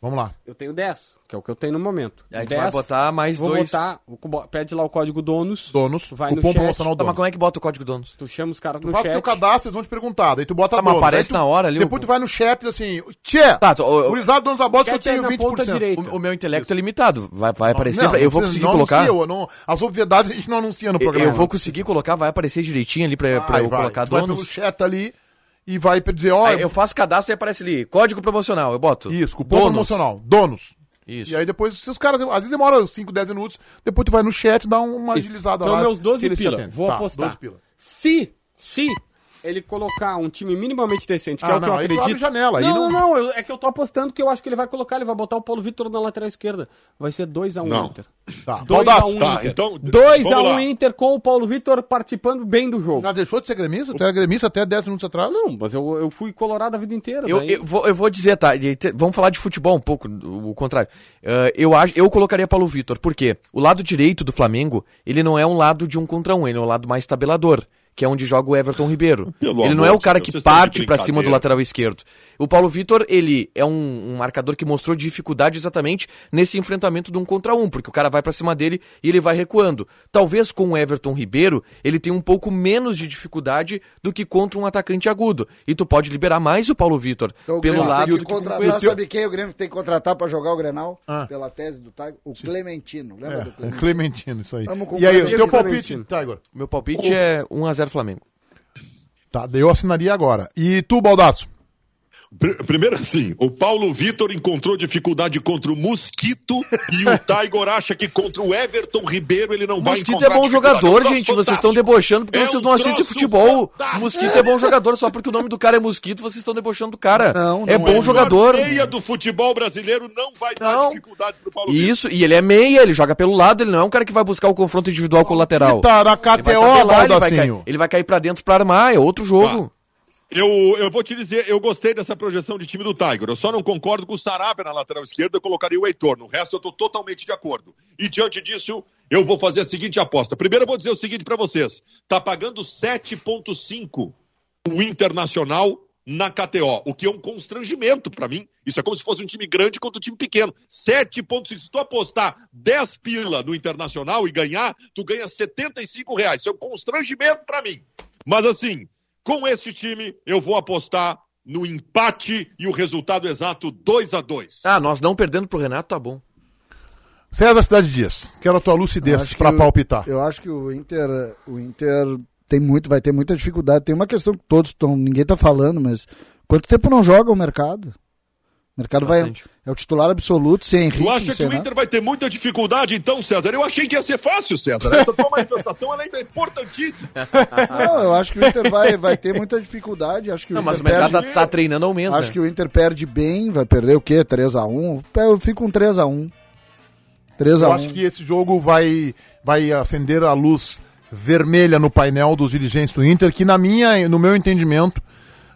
Vamos lá. Eu tenho 10, que é o que eu tenho no momento. A gente 10, vai botar mais vou dois. botar, vou bo- pede lá o código DONUS. Donos, Vai no cupom chat. promocional Tá, mas donos. como é que bota o código donos? Tu chama os caras Tu no faz o chat. teu cadastro, eles vão te perguntar. Daí tu bota Tá, mas donos. aparece Aí tu- na hora ali o- Depois tu vai no chat e diz assim, Tchê, Tá, tô- ô, ô, gurizada donos da bola que eu Chat é tenho na ponta 20%. direita. O, o meu intelecto é limitado. Vai, vai aparecer. Não, pra- eu vou vocês conseguir não colocar. anunciam, eu não- as obviedades a gente não anuncia no Eu- programa. Eu vou conseguir colocar, vai aparecer direitinho ali pra, pra Aí eu vai, colocar tu vai pelo donos. chat ali e vai dizer, ó, Aí eu faço cadastro e aparece ali. Código promocional, eu boto. Isso, cupom Donos. promocional. Donos. Isso. E aí depois, se os caras. Às vezes demora 5, 10 minutos, depois tu vai no chat, dá uma agilizada São lá. Então, meus que 12 eles te pila. atendem. Vou Tá, apostar. 12 pila. Se, se ele colocar um time minimamente decente, que Ah, é o que não, eu aí tu acredito. abre janela, aí não, não- não, não, eu- é que eu tô apostando que eu acho que ele vai colocar, ele vai botar o Paulo Vitor na lateral esquerda. Vai ser 2x1 Não. Inter. Tá. Baldaço, 2x1 tá, Inter. então, 2 a vamos 1 lá. Inter com o Paulo Vitor participando bem do jogo. Já deixou de ser gremista? Tu era gremista até 10 minutos atrás? Não, mas eu, eu fui colorado a vida inteira. Eu, daí- eu vou, eu vou dizer, tá? e te- Vamos falar de futebol um pouco, o contrário. Ah, eu, acho, eu colocaria Paulo Vitor, porque o lado direito do Flamengo, ele não é um lado de um contra um, ele é um lado mais tabelador, que é onde joga o Everton Ribeiro. Pelo ele não amor é o de cara Deus, que vocês estão de parte pra cima do brincadeira. lateral esquerdo. O Paulo Vitor, ele é um, um marcador que mostrou dificuldade exatamente nesse enfrentamento de um contra um, porque o cara vai pra cima dele e ele vai recuando. Talvez com o Everton Ribeiro, ele tenha um pouco menos de dificuldade do que contra um atacante agudo. E tu pode liberar mais o Paulo Vitor Então, o pelo Grêmio lado tem do que que Ah. com- contratar, sabe quem o Grêmio tem que contratar pra jogar o Grenal? Pela tese do Tago, o Clementino. Lembra do É, Clementino? Clementino, isso aí. Vamos com E aí, Clementino. teu palpite, Clementino. tá, Igor? Meu palpite é 1x0 Flamengo. Tá, daí eu assinaria agora. E tu, Baldaço? Pr- Primeiro assim, o Paulo Vitor encontrou dificuldade contra o Mosquito e o Tiger acha que contra o Everton Ribeiro ele não O vai Mosquito encontrar é bom dificuldade. jogador, É um gente. troço Vocês estão fantástico. debochando porque É vocês um não assistem troço futebol. O fantástico. Mosquito é bom jogador, só porque o nome do cara é Mosquito, vocês estão debochando do cara. Não, é não bom é. jogador. meia do futebol brasileiro não vai dar Não. dificuldade pro Paulo Vitor. Isso, e ele é meia, ele joga pelo lado, ele não é um cara que vai buscar o confronto individual com o lateral. E tá na Ele vai, KTO, tabelar, ele, vai cair, Baldacinho. ele vai cair pra dentro pra armar, é outro jogo. Eu, eu vou te dizer, eu gostei dessa projeção de time do Tiger. Eu só não concordo com o Sarabia na lateral esquerda, eu colocaria o Heitor. No resto, eu estou totalmente de acordo. E diante disso, eu vou fazer a seguinte aposta. Primeiro, eu vou dizer o seguinte para vocês: tá pagando 7,5 o um Internacional na KTO, o que é um constrangimento para mim. Isso é como se fosse um time grande contra um time pequeno. 7,5. Se tu apostar 10 pila no Internacional e ganhar, tu ganha 75 reais. Isso é um constrangimento para mim. Mas assim, com esse time, eu vou apostar no empate e o resultado exato 2 a 2 Ah, nós não perdendo pro Renato, tá bom. César Cidade Dias, quero a tua lucidez Acho pra que o- palpitar. Eu acho que o Inter, o Inter tem muito, vai ter muita dificuldade. Tem uma questão que todos estão, ninguém tá falando, mas quanto tempo não joga o mercado? O mercado Bastante. vai é o titular absoluto, sem Tu ritmo, acha que sem o nada. Inter vai ter muita dificuldade, então, César? Eu achei que ia ser fácil, César. Essa tua manifestação ela é importantíssima. Não, eu acho que o Inter vai, vai ter muita dificuldade. Acho que Não, o mas o Inter mercado tá, perde, tá treinando ao mesmo. acho que o Inter perde bem, vai perder o quê? 3 a 1. Eu fico com 3 a 1. 3 a Eu 1. acho que esse jogo vai, vai acender a luz vermelha no painel dos dirigentes do Inter, que na minha, no meu entendimento,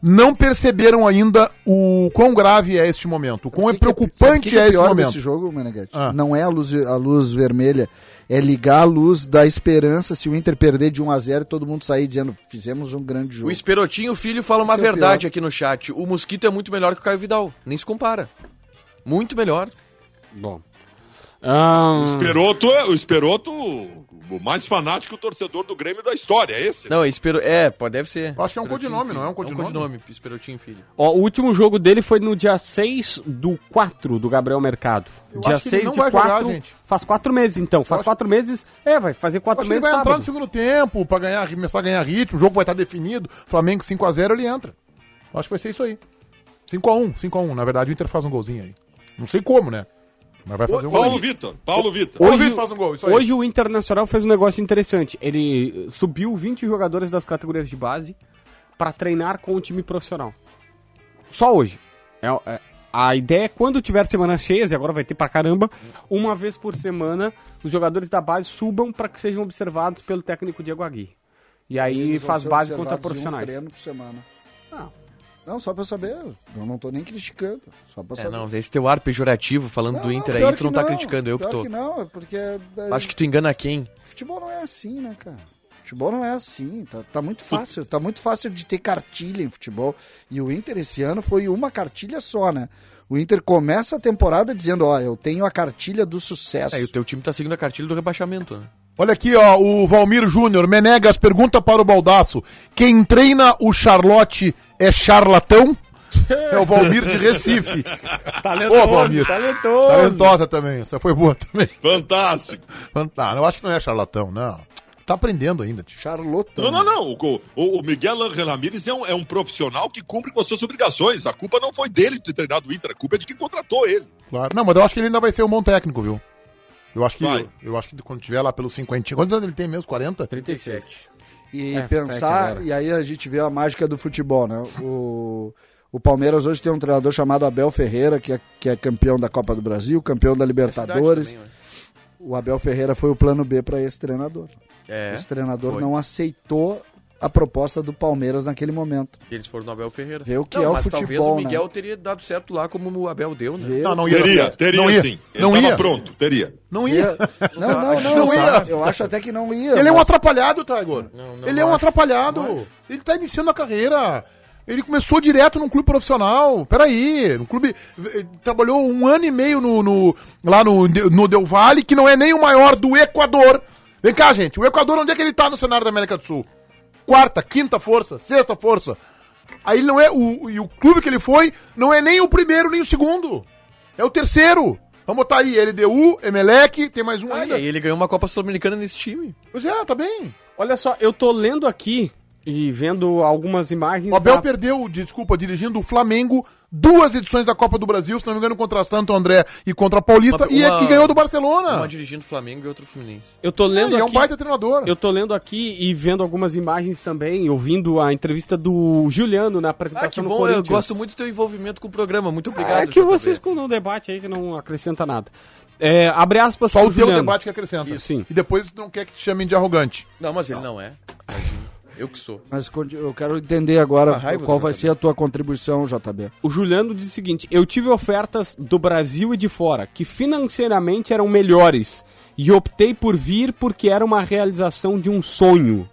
não perceberam ainda o quão grave é este momento, o quão é que que sabe o preocupante que que é este pior momento. desse jogo, Meneghete? Ah. Não é a luz, a luz vermelha, é ligar a luz da esperança se o Inter perder de 1 a 0 e todo mundo sair dizendo, fizemos um grande O jogo. Esperotinho Filho fala uma Esse é o verdade pior. aqui no chat. O Mosquito é muito melhor que o Caio Vidal. Nem se compara. Muito melhor. Bom. Ahn, Ah. Ah, Esperoto, é- o Esperoto o mais fanático torcedor do Grêmio da história, é esse. Não, espero. É, pode, deve ser. Acho que é um Esperotinho codinome, Filho. não é um codinome? É um codinome, Esperotinho Filho. Ó, o último jogo dele foi no dia 6 do 4 do Gabriel Mercado. Eu dia acho que ele 6 não de vai 4. jogar, gente. Faz 4 meses então. Faz 4 meses. É, vai fazer Eu 4 Acho que ele meses vai entrar no sábado. segundo tempo pra ganhar, começar a ganhar ritmo, o jogo vai estar definido, Flamengo 5x0, ele entra. Eu Acho que vai ser isso aí. 5x1, 5x1. Na verdade, o Inter faz um golzinho aí. Não sei como, né? Mas vai fazer um Paulo golzinho. Vitor, Paulo Vitor. Hoje- Vitor faz um gol, isso aí. hoje o Internacional fez um negócio interessante. Ele eh, subiu 20 jogadores das categorias de base pra treinar com o time profissional. Só hoje. É, é, a ideia é quando tiver semanas cheias, e agora vai ter pra caramba, uma vez por semana os jogadores da base subam pra que sejam observados pelo técnico Diego Aguirre. E aí Eles vão faz ser base observados contra em profissionais. Um treino por semana. Ah. Não, só pra eu saber. Eu não tô nem criticando. Só pra É, saber. não, esse teu ar pejorativo falando do Inter aí, pior tu não que tá criticando, eu que Pior tô. que não, é porque Acho que tu engana quem? futebol não é assim, né, cara? Futebol não é assim, tá, tá muito fácil, tá muito fácil de ter cartilha em futebol. E o Inter esse ano foi uma cartilha só, né? O Inter começa a temporada dizendo, ó, eu tenho a cartilha do sucesso. É, e o teu time tá seguindo a cartilha do rebaixamento, né? Olha aqui, ó, o Valmir Júnior. Menegas pergunta para o Baldaço: quem treina o Charlotte é charlatão? É o Valmir de Recife. Ô, Valmir. talentoso. Talentosa também, essa foi boa também. Fantástico. Ah, eu acho que não é charlatão, não. Tá aprendendo ainda, tio. Charlotão. Não, não, não. O, o- o Miguel Ángel Ramírez é um, é um profissional que cumpre com as suas obrigações. A culpa não foi dele ter treinado o Inter, a culpa é de quem contratou ele. Claro. Não, mas eu acho que ele ainda vai ser um bom técnico, viu? Eu acho que, Vai. eu, acho que quando tiver lá pelos 50. Quantos anos ele tem mesmo? 40? 37. E É, pensar, agora. e aí a gente vê a mágica do futebol, né? O, o Palmeiras hoje tem um treinador chamado Abel Ferreira, que é, que é campeão da Copa do Brasil, campeão da Libertadores. Também, ó. o Abel Ferreira foi o plano B para esse treinador. É, esse treinador foi. não aceitou a proposta do Palmeiras naquele momento. e eles foram no Abel Ferreira. Vê o que é o mas talvez futebol, o né? Miguel teria dado certo lá como o Abel deu, né? Vê- não um. Teria, teria não ia. sim. Ele Não tava ia. pronto, teria. Não vê- ia. Não, não, não. Não eu- ia. Eu acho até que não ia. Ele é um mas- atrapalhado, Tiger. Não, não ele é um acho. atrapalhado. Ele tá iniciando a carreira. Ele começou direto num clube profissional. Peraí, no clube. eh, Trabalhou um ano e meio no, no- lá no, no Del Valle, que não é nem o maior do Equador. Vem cá, gente. O Equador, onde é que ele tá no cenário da América do Sul? Quarta, quinta força, sexta força. Aí ele não é. O, e o clube que ele foi não é nem o primeiro, nem o segundo. É o terceiro. Vamos botar aí, LDU, Emelec, tem mais um Ah, e ainda. aí ele ganhou uma Copa Sul-Americana nesse time. Pois é, tá bem. Olha só, eu tô lendo aqui e vendo algumas imagens. O Abel da- perdeu, desculpa, dirigindo o Flamengo duas edições da Copa do Brasil, se não me engano, contra Santo André e contra Paulista, Uma- e, uma- e ganhou do Barcelona. Uma dirigindo o Flamengo e outra o Fluminense. Eu tô lendo e é um aqui. baita treinador. Eu tô lendo aqui e vendo algumas imagens também, ouvindo a entrevista do Juliano na apresentação Ah, que no bom, eu Corinthians. gosto muito do teu envolvimento com o programa, muito obrigado. É que JB. vocês com um debate aí que não acrescenta nada. É, abre aspas Só pro o teu Juliano. debate que acrescenta. Isso, sim. E depois tu não quer que te chamem de arrogante. Não, mas ele não é. Imagina. Eu que sou. Mas conti- eu quero entender agora A raiva qual do vai JB. ser a tua contribuição, JB. O Juliano diz o seguinte: Eu tive ofertas do Brasil e de fora, que financeiramente eram melhores. E optei por vir porque era uma realização de um sonho.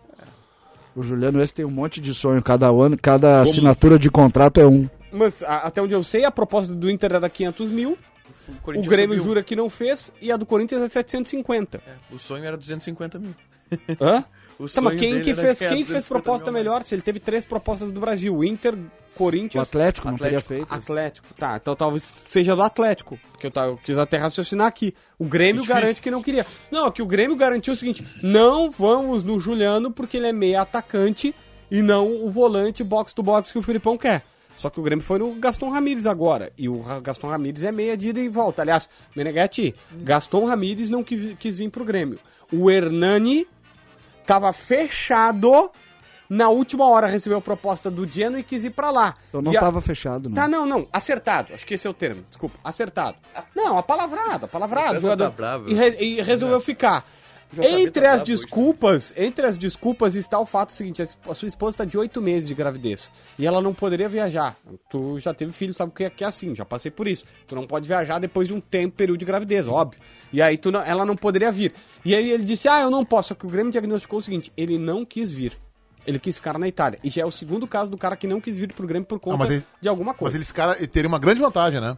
O Juliano esse tem um monte de sonho cada ano, cada assinatura de contrato é um. Mas a- até onde eu sei, a proposta do Inter era 500 mil. O Corinthians Grêmio subiu. jura que não fez e a do Corinthians é 750. O sonho era 250 mil. Hã? O Tá, mas sonho quem dele que era fez, ganhar quem fez 250 mil proposta a mais. melhor se ele teve três propostas do Brasil? Inter, O Corinthians, Atlético, não teria Atlético. feito. Atlético. Tá, então talvez seja do Atlético. Porque eu, tá, eu quis até raciocinar aqui. O Grêmio garante que não queria. Não, é que o Grêmio garantiu o seguinte: não vamos no Juliano porque ele é meia atacante e não o volante box to box que o Filipão quer. Só que o Grêmio foi no Gaston Ramírez agora. E o Ra- Gaston Ramírez é meia de ida e volta. Aliás, Meneghetti, Gaston Ramírez não quis, quis vir pro Grêmio. O Hernani tava fechado. Na última hora recebeu a proposta do Geno e quis ir pra lá. Então não E a- tava fechado, não. Tá, não, não. Acertado. Acho que esse é o termo. Desculpa. Acertado. Não, apalavrado, apalavrado. O César jogador. tá bravo. É. E, re- e resolveu ficar. Entre tá bravo as hoje, desculpas, entre as desculpas está o fato seguinte: a s- a sua esposa está de oito meses de gravidez e ela não poderia viajar. Tu já teve filho, sabe o que é que é assim? Já passei por isso. Tu não pode viajar depois de um tempo, período de gravidez, óbvio. E aí tu não- ela não poderia vir. E aí ele disse: Ah, eu não posso. Só que o Grêmio diagnosticou o seguinte: ele não quis vir. Ele quis ficar na Itália. E já é o segundo caso do cara que não quis vir pro Grêmio por conta Ah, mas ele- de alguma coisa. Mas eles cara ele teria uma grande vantagem, né?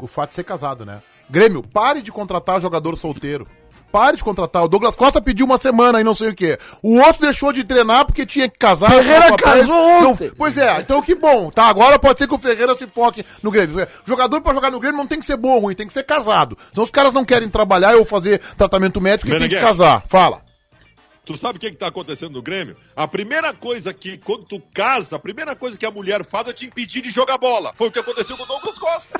O fato de ser casado, né? Grêmio, pare de contratar jogador solteiro. Pare de contratar. O Douglas Costa pediu uma semana e não sei o quê. O outro deixou de treinar porque tinha que casar. Ferreira tinha papéis. casou Não, ontem. pois é, então que bom. Tá, agora pode ser que o Ferreira se foque no Grêmio. Jogador pra jogar no Grêmio não tem que ser bom ou ruim, tem que ser casado. Senão os caras não querem trabalhar ou fazer tratamento médico e tem que Meneghel. casar. Fala. Tu sabe o que está acontecendo no Grêmio? A primeira coisa que, quando tu casa, a primeira coisa que a mulher faz é te impedir de jogar bola. Foi o que aconteceu com o Douglas Costa.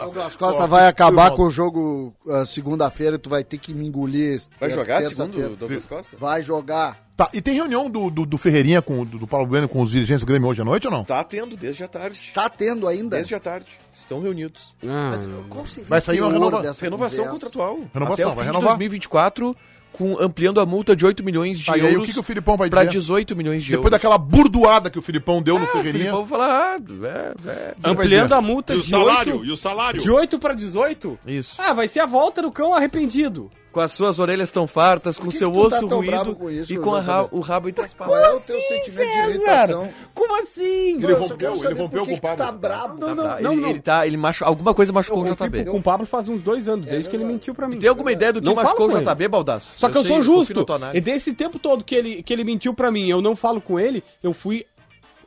Douglas Costa vai acabar com o jogo ah, segunda-feira, tu vai ter que me engolir. Vai terça- jogar terça-feira. segundo o Douglas Costa? Vai jogar. Tá, e tem reunião do, do, do Ferreirinha com o- do, do Paulo Bueno com os dirigentes do Grêmio hoje à noite ou não? Tá tendo desde a tarde. Tá tendo ainda. Desde a tarde. Estão reunidos. Mas qual seria Vai o sair uma teor renova- dessa Renovação conversa? contratual. Renovação, Até o vai fim de renovar. 2024, com, ampliando a multa de 8 milhões de Tá, e euros aí o que que o Filipão vai pra dizer? 18 milhões de Depois euros. daquela burdoada que o Filipão deu no Ah, o Ferreirinha. Filipão vai falar, ah, é, é, Ampliando a assim, multa E o de salário? 8, E o salário? de 8 para 18? Isso. Ah, vai ser a volta do cão arrependido. Com as suas orelhas tão fartas, com que seu que tu tá osso tão ruído bravo com isso, e com a ra- Jonathan? o rabo entre as Qual palavras. é o teu sentimento de irritação? Como assim? Ele Eu só rompeu, quero ele saber por rompeu que com o que tu Pablo. tá brabo. Não, não, Tá, não, ele, não. ele tá, ele machu... Alguma coisa Eu machucou o rompi JB. com o Pablo faz uns dois anos, desde que ele mentiu pra mim. É Tem alguma ideia do que Não falo machucou o com ele. JB, Baldaço? Só que eu, sei, sou confio tá na justo. tua E análise. desse tempo todo que ele, que ele mentiu pra mim, eu não falo com ele, eu fui.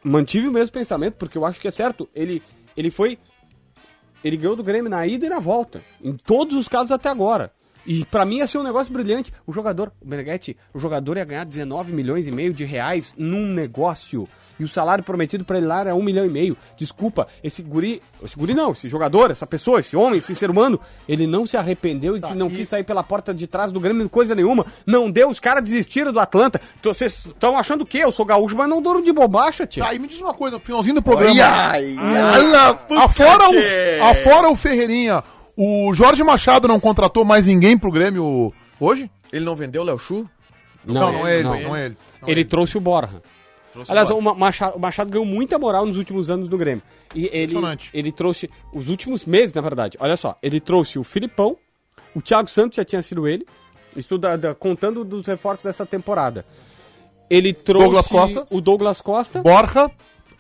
Mantive o mesmo pensamento, porque eu acho que é certo. Ele, ele foi. Ele ganhou do Grêmio na ida e na volta. Em todos os casos até agora. E pra mim ia ser um negócio brilhante. O jogador, o Meneghetti, o jogador ia ganhar 19 milhões e meio de reais num negócio. E o salário prometido pra ele lá era 1 milhão e meio. Desculpa, esse guri. Esse guri não, esse jogador, essa pessoa, esse homem, esse ser humano, ele não se arrependeu e que não quis sair pela porta de trás do Grêmio, coisa nenhuma. Não deu, os caras desistiram do Atlanta. Então, Vocês estão achando o quê? Eu sou gaúcho, mas não douro de bobacha, tio. Tá, e me diz uma coisa, finalzinho do programa. Ah, Ai, afora, o, afora o Ferreirinha, o Jorge Machado não contratou mais ninguém pro Grêmio hoje? Ele não vendeu o Léo Chu? Não, não é ele, não é ele. Não, Ele ele trouxe o Borja. Aliás, o Ma- Machado, o Machado ganhou muita moral nos últimos anos do Grêmio. E ele, Impressionante. ele trouxe, os últimos meses, na verdade, olha só, ele trouxe o Filipão, o Thiago Santos já tinha sido ele, isso da- da- contando dos reforços dessa temporada. Ele trouxe Douglas Costa. o Douglas Costa, Borja,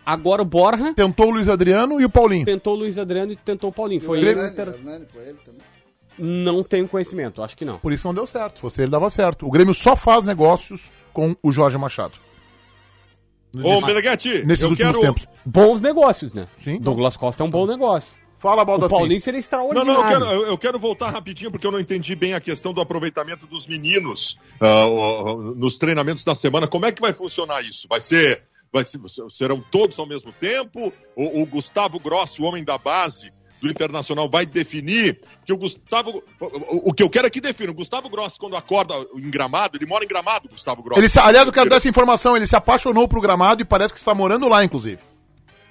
agora o Borja, tentou o Luiz Adriano e o Paulinho. tentou o Luiz Adriano e tentou o Paulinho. Foi ele, Hernani, inter... Hernani foi ele também. Não tenho conhecimento, acho que não. Por isso não deu certo. Se fosse ele, dava certo. O Grêmio só faz negócios com o Jorge Machado. Ô, Meneghetti, Nesses eu últimos quero... tempos. Bons negócios, né? Sim. Douglas Costa é um bom negócio. Fala, O Baldacinho. Paulinho seria Não, extraordinário. não, eu quero, eu- eu quero voltar rapidinho porque eu não entendi bem a questão do aproveitamento dos meninos ah, ó, ó, nos treinamentos da semana. Como é que vai funcionar isso? Vai ser, vai ser- serão todos ao mesmo tempo? O, o Gustavo Grosso, o homem da base do Internacional, vai definir? Porque o Gustavo, o, o- o que eu quero é que defina. O Gustavo Grosso, quando acorda em Gramado, ele mora em Gramado, Gustavo Grosso. Ele se- aliás, eu quero dar essa informação. Ele se apaixonou pro gramado e parece que está morando lá, inclusive.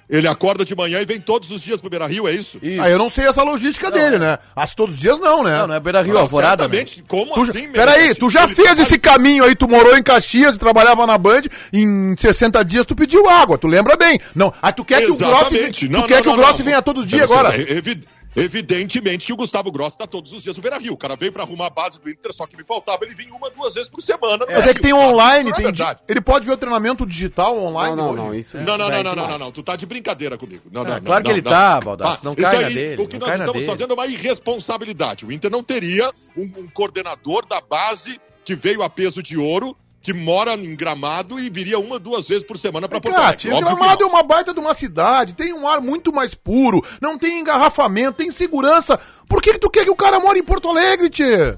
Ele acorda de manhã e vem todos os dias pro Beira-Rio, é isso? é. Isso. Ah, eu não sei essa logística dele, né? Acho que todos os dias não, né? Não, não é Beira Rio, Alvorada, né? Certamente, como Tu já- assim, peraí, Meneghetti? tu já Ele tá fez sabe- esse caminho aí, tu morou em Caxias e trabalhava na Band, em 60 dias tu pediu água, tu lembra bem. Não, aí tu quer que o Grossi, venha- Exatamente. tu Não, quer não, que o não, Grossi não. venha todo dia Não, agora. você- evi- Evidentemente que o Gustavo Grossi tá todos os dias no Beira Rio. O cara veio pra arrumar a base do Inter, só que me faltava ele vir uma, duas vezes por semana. no Mas é que tem Beira-Rio. online, Isso não é tem di- verdade. ele pode ver o treinamento digital online não, hoje. não, isso, Não, não, isso não, é não, não, demais. não, não. Tu tá de brincadeira comigo. Ah, Não, não, não, claro que não, ele não. Ah, tá, Baldassi, não cai isso na dele, O que não nós cai na estamos dele. fazendo é uma irresponsabilidade. O Inter não teria um, um coordenador da base que veio a peso de ouro, que mora em Gramado e viria uma, duas vezes por semana pra Porto Cate, Alegre. Óbvio que É Gramado é não. uma baita de uma cidade, tem um ar muito mais puro, não tem engarrafamento, tem segurança. Por que, que tu quer que o cara mora em Porto Alegre, tchê?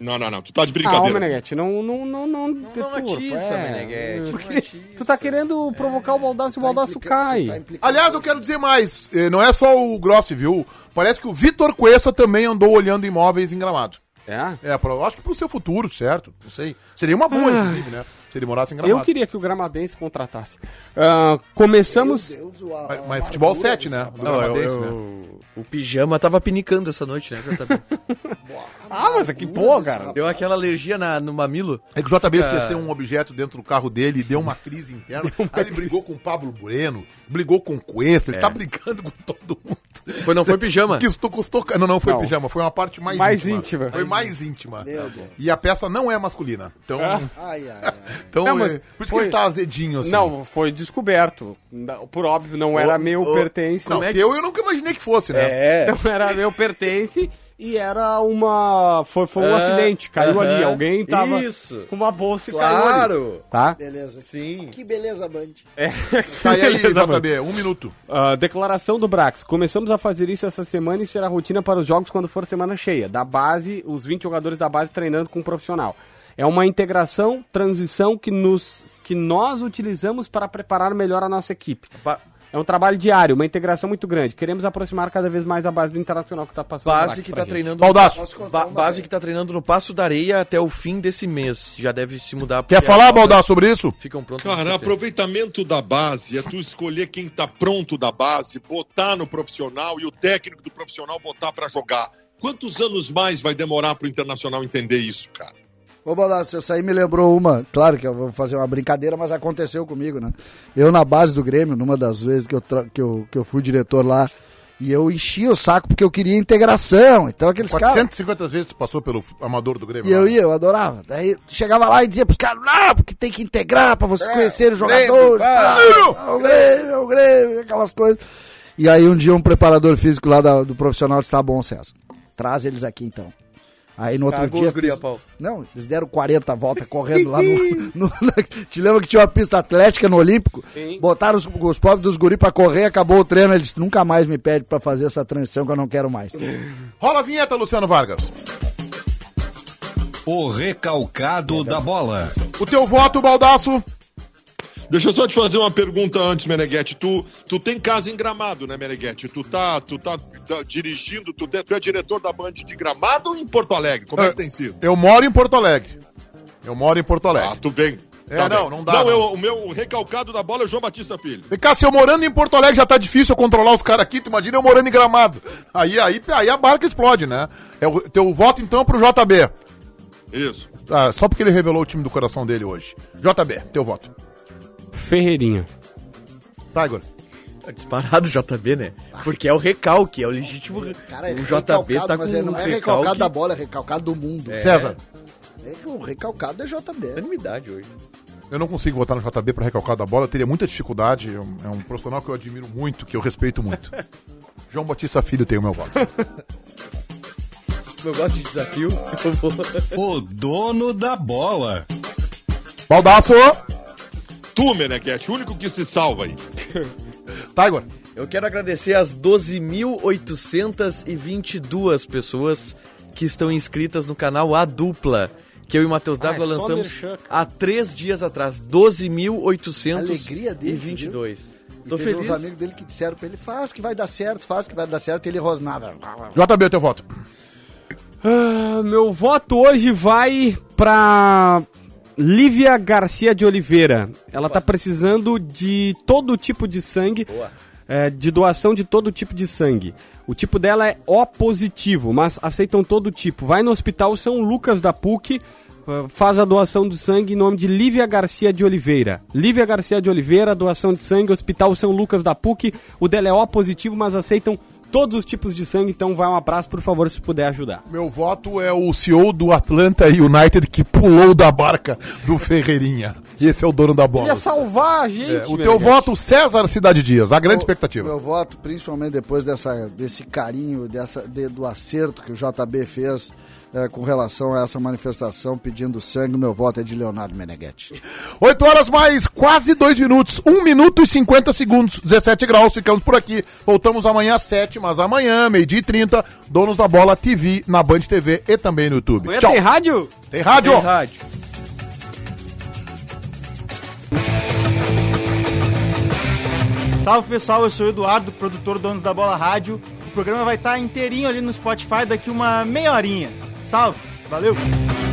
Não, não, não. Tu tá Ah, de ô, brincadeira. Meneghete, não, não, não, não, deturpa, é. atiça, Meneghete, Porque tu tá querendo provocar o Baldaço e o Baldaço Implica- cai. tá implicando. Aliás, eu quero dizer mais, eh, não é só o Grossi, viu? Parece que o Vitor Cuesta também andou olhando imóveis em Gramado. É? É, pro, acho que pro seu futuro, certo? Não sei. Seria uma boa, inclusive, né? Se ele morasse em Gramado. Ah. Eu queria que o Gramadense contratasse. Ah, começamos. Meu Deus, o- a- Mas, a mas futebol armadura 7, né? desse Do rapaz. Não, eu- Gramadense, eu- né? O pijama tava pinicando essa noite, né, JB? Ah, mas aqui, pô, cara. Deu aquela alergia na- no mamilo. É que o JB esqueceu um objeto dentro do carro dele e deu uma crise interna. Aí ele brigou com o Pablo Bueno, brigou com o Cuesta, ele tá brigando com todo mundo. É. Foi, não foi pijama? Que isso custou. ca- Não, não foi Não. pijama, foi uma parte mais, Mais íntima. Foi mais íntima. Meu Deus. E a peça não é masculina. Então, Ah. Ai, ai, ai. então Não, mas é- por isso foi- que ele tá azedinho assim. Não, foi descoberto. Da- Por óbvio, não era meu pertence. Não, Não teu eu nunca imaginei que fosse, né? É. era meu pertence. e era uma. Foi, foi um Ah, acidente, caiu aham. ali. Alguém tava Isso. com uma bolsa e caiu ali. é Claro! Tá? Beleza. Sim. Que beleza, Band. Tá, e aí, Beleza, mano. JB, um minuto. Ah, declaração do Brax. Começamos a fazer isso essa semana e será rotina para os jogos quando for semana cheia. Da base, os 20 jogadores da base treinando com um profissional. É uma integração, transição que, nos, que nós utilizamos para preparar melhor a nossa equipe. Ba- É um trabalho diário, uma integração muito grande. Queremos aproximar cada vez mais a base do internacional que está passando. o base Brax que pra tá gente. treinando. Baldaço. Posso contar um Ba- uma, base velho? que tá treinando no Passo da Areia até o fim desse mês. Já deve se mudar. Quer porque falar, a pauta- Baldar, sobre isso? Ficam prontos. no Cara, CT. aproveitamento da base é tu escolher quem tá pronto da base, botar no profissional e o técnico do profissional botar pra jogar. Quantos anos mais vai demorar pro Internacional entender isso, cara? Ô, Balaço, essa aí me lembrou uma. Claro que eu vou fazer uma brincadeira, mas aconteceu comigo, né? Eu, na base do Grêmio, numa das vezes que eu, tra- que eu, que eu fui diretor lá, e eu enchi o saco porque eu queria integração. Então, aqueles caras. 450 vezes tu passou pelo f- amador do Grêmio. né? E eu lá. ia, eu adorava. Daí chegava lá e dizia pros caras, não, porque tem que integrar pra É, vocês conhecerem os jogadores. tal. É o Grêmio, é o Grêmio, aquelas coisas. E aí um dia um preparador físico lá da- do profissional disse, tá bom, César, traz eles aqui então. Aí no outro Cagou dia... os guria, fiz- Paulo. Não, eles deram 40 voltas correndo lá no, no- Te lembra que tinha uma pista atlética no Olímpico? Botaram os, os pobres dos guris pra correr, acabou o treino. Eles nunca mais me pede pra fazer essa transição que eu não quero mais. Rola a vinheta, Luciano Vargas. O recalcado da bola. O teu voto, Baldaço. Deixa eu só te fazer uma pergunta antes, Meneghete. Tu, tu tem casa em Gramado, né, Meneghete? Tu tá, tu tá, tá dirigindo, tu, de- tu é diretor da Band de Gramado ou em Porto Alegre? Como é que tem sido? Eu moro em Porto Alegre. Eu moro em Porto Ah, Alegre. tu bem. É, não, não dá, Não, não. eu- o meu o recalcado da bola é o João Batista Filho. Vem cá, se eu morando em Porto Alegre já tá difícil eu controlar os caras aqui, tu imagina eu morando em Gramado. Aí, aí, aí a barca explode, né? É o teu voto então pro JB. Isso. Ah, só porque ele revelou o time do coração dele hoje. JB, teu voto. Ferreirinha. Tiger. Tá disparado o JB, né? Porque é o recalque, é o legítimo. re- Cara, é o JB recalcado, tá com mas ele um não é recalque. recalcado da bola, é recalcado do mundo. César, É que o recalcado é JB. Unanimidade hoje. eu não consigo votar no JB pra recalcar da bola, eu teria muita dificuldade. É um, é um profissional que eu admiro muito, que eu respeito muito. João Batista Filho tem o meu voto. Eu gosto de desafio. Eu vou. O dono da bola. Baldaço! Tu, Meneghete, o único que se salva aí. Tiger. Eu quero agradecer às 12.822 pessoas que estão inscritas no canal A Dupla, que eu e o Matheus Dávila é só lançamos merchan, cara. há três dias atrás. 12.822. Alegria dele, E Tô teve feliz. uns amigos dele que disseram pra ele, faz que vai dar certo, faz que vai dar certo, e ele rosnava. JB, teu voto. Ah, meu voto hoje vai pra Lívia Garcia de Oliveira. Ela tá precisando de todo tipo de sangue, é, de doação de todo tipo de sangue. O tipo dela é O positivo, mas aceitam todo tipo. Vai no Hospital São Lucas da PUC, ah, faz a doação de sangue em nome de Lívia Garcia de Oliveira. Lívia Garcia de Oliveira, doação de sangue, Hospital São Lucas da PUC. O dela é O positivo, mas aceitam todos os tipos de sangue, então vai um abraço, por favor, se puder ajudar. Meu voto é o CEO do Atlanta United que pulou da barca do Ferreirinha. E esse é o dono da bola. salvar a gente. É, o teu voto, César Cidade Dias. A grande expectativa. Meu voto, principalmente depois dessa, desse carinho, dessa, de- do acerto que o JB fez é, com relação a essa manifestação pedindo sangue, meu voto é de Leonardo Meneghetti. 8 horas mais quase 2 minutos, 1 minuto e 50 segundos, 17 graus, ficamos por aqui. Voltamos amanhã às 7, mas amanhã, meio-dia e 30, Donos da Bola TV, na Band TV e também no YouTube. Amanhã Tchau. tem rádio? Tem rádio. Tem rádio. Salve pessoal, eu sou o Eduardo, produtor do Donos da Bola Rádio. O programa vai estar inteirinho ali no Spotify daqui uma meia horinha. Salve, valeu!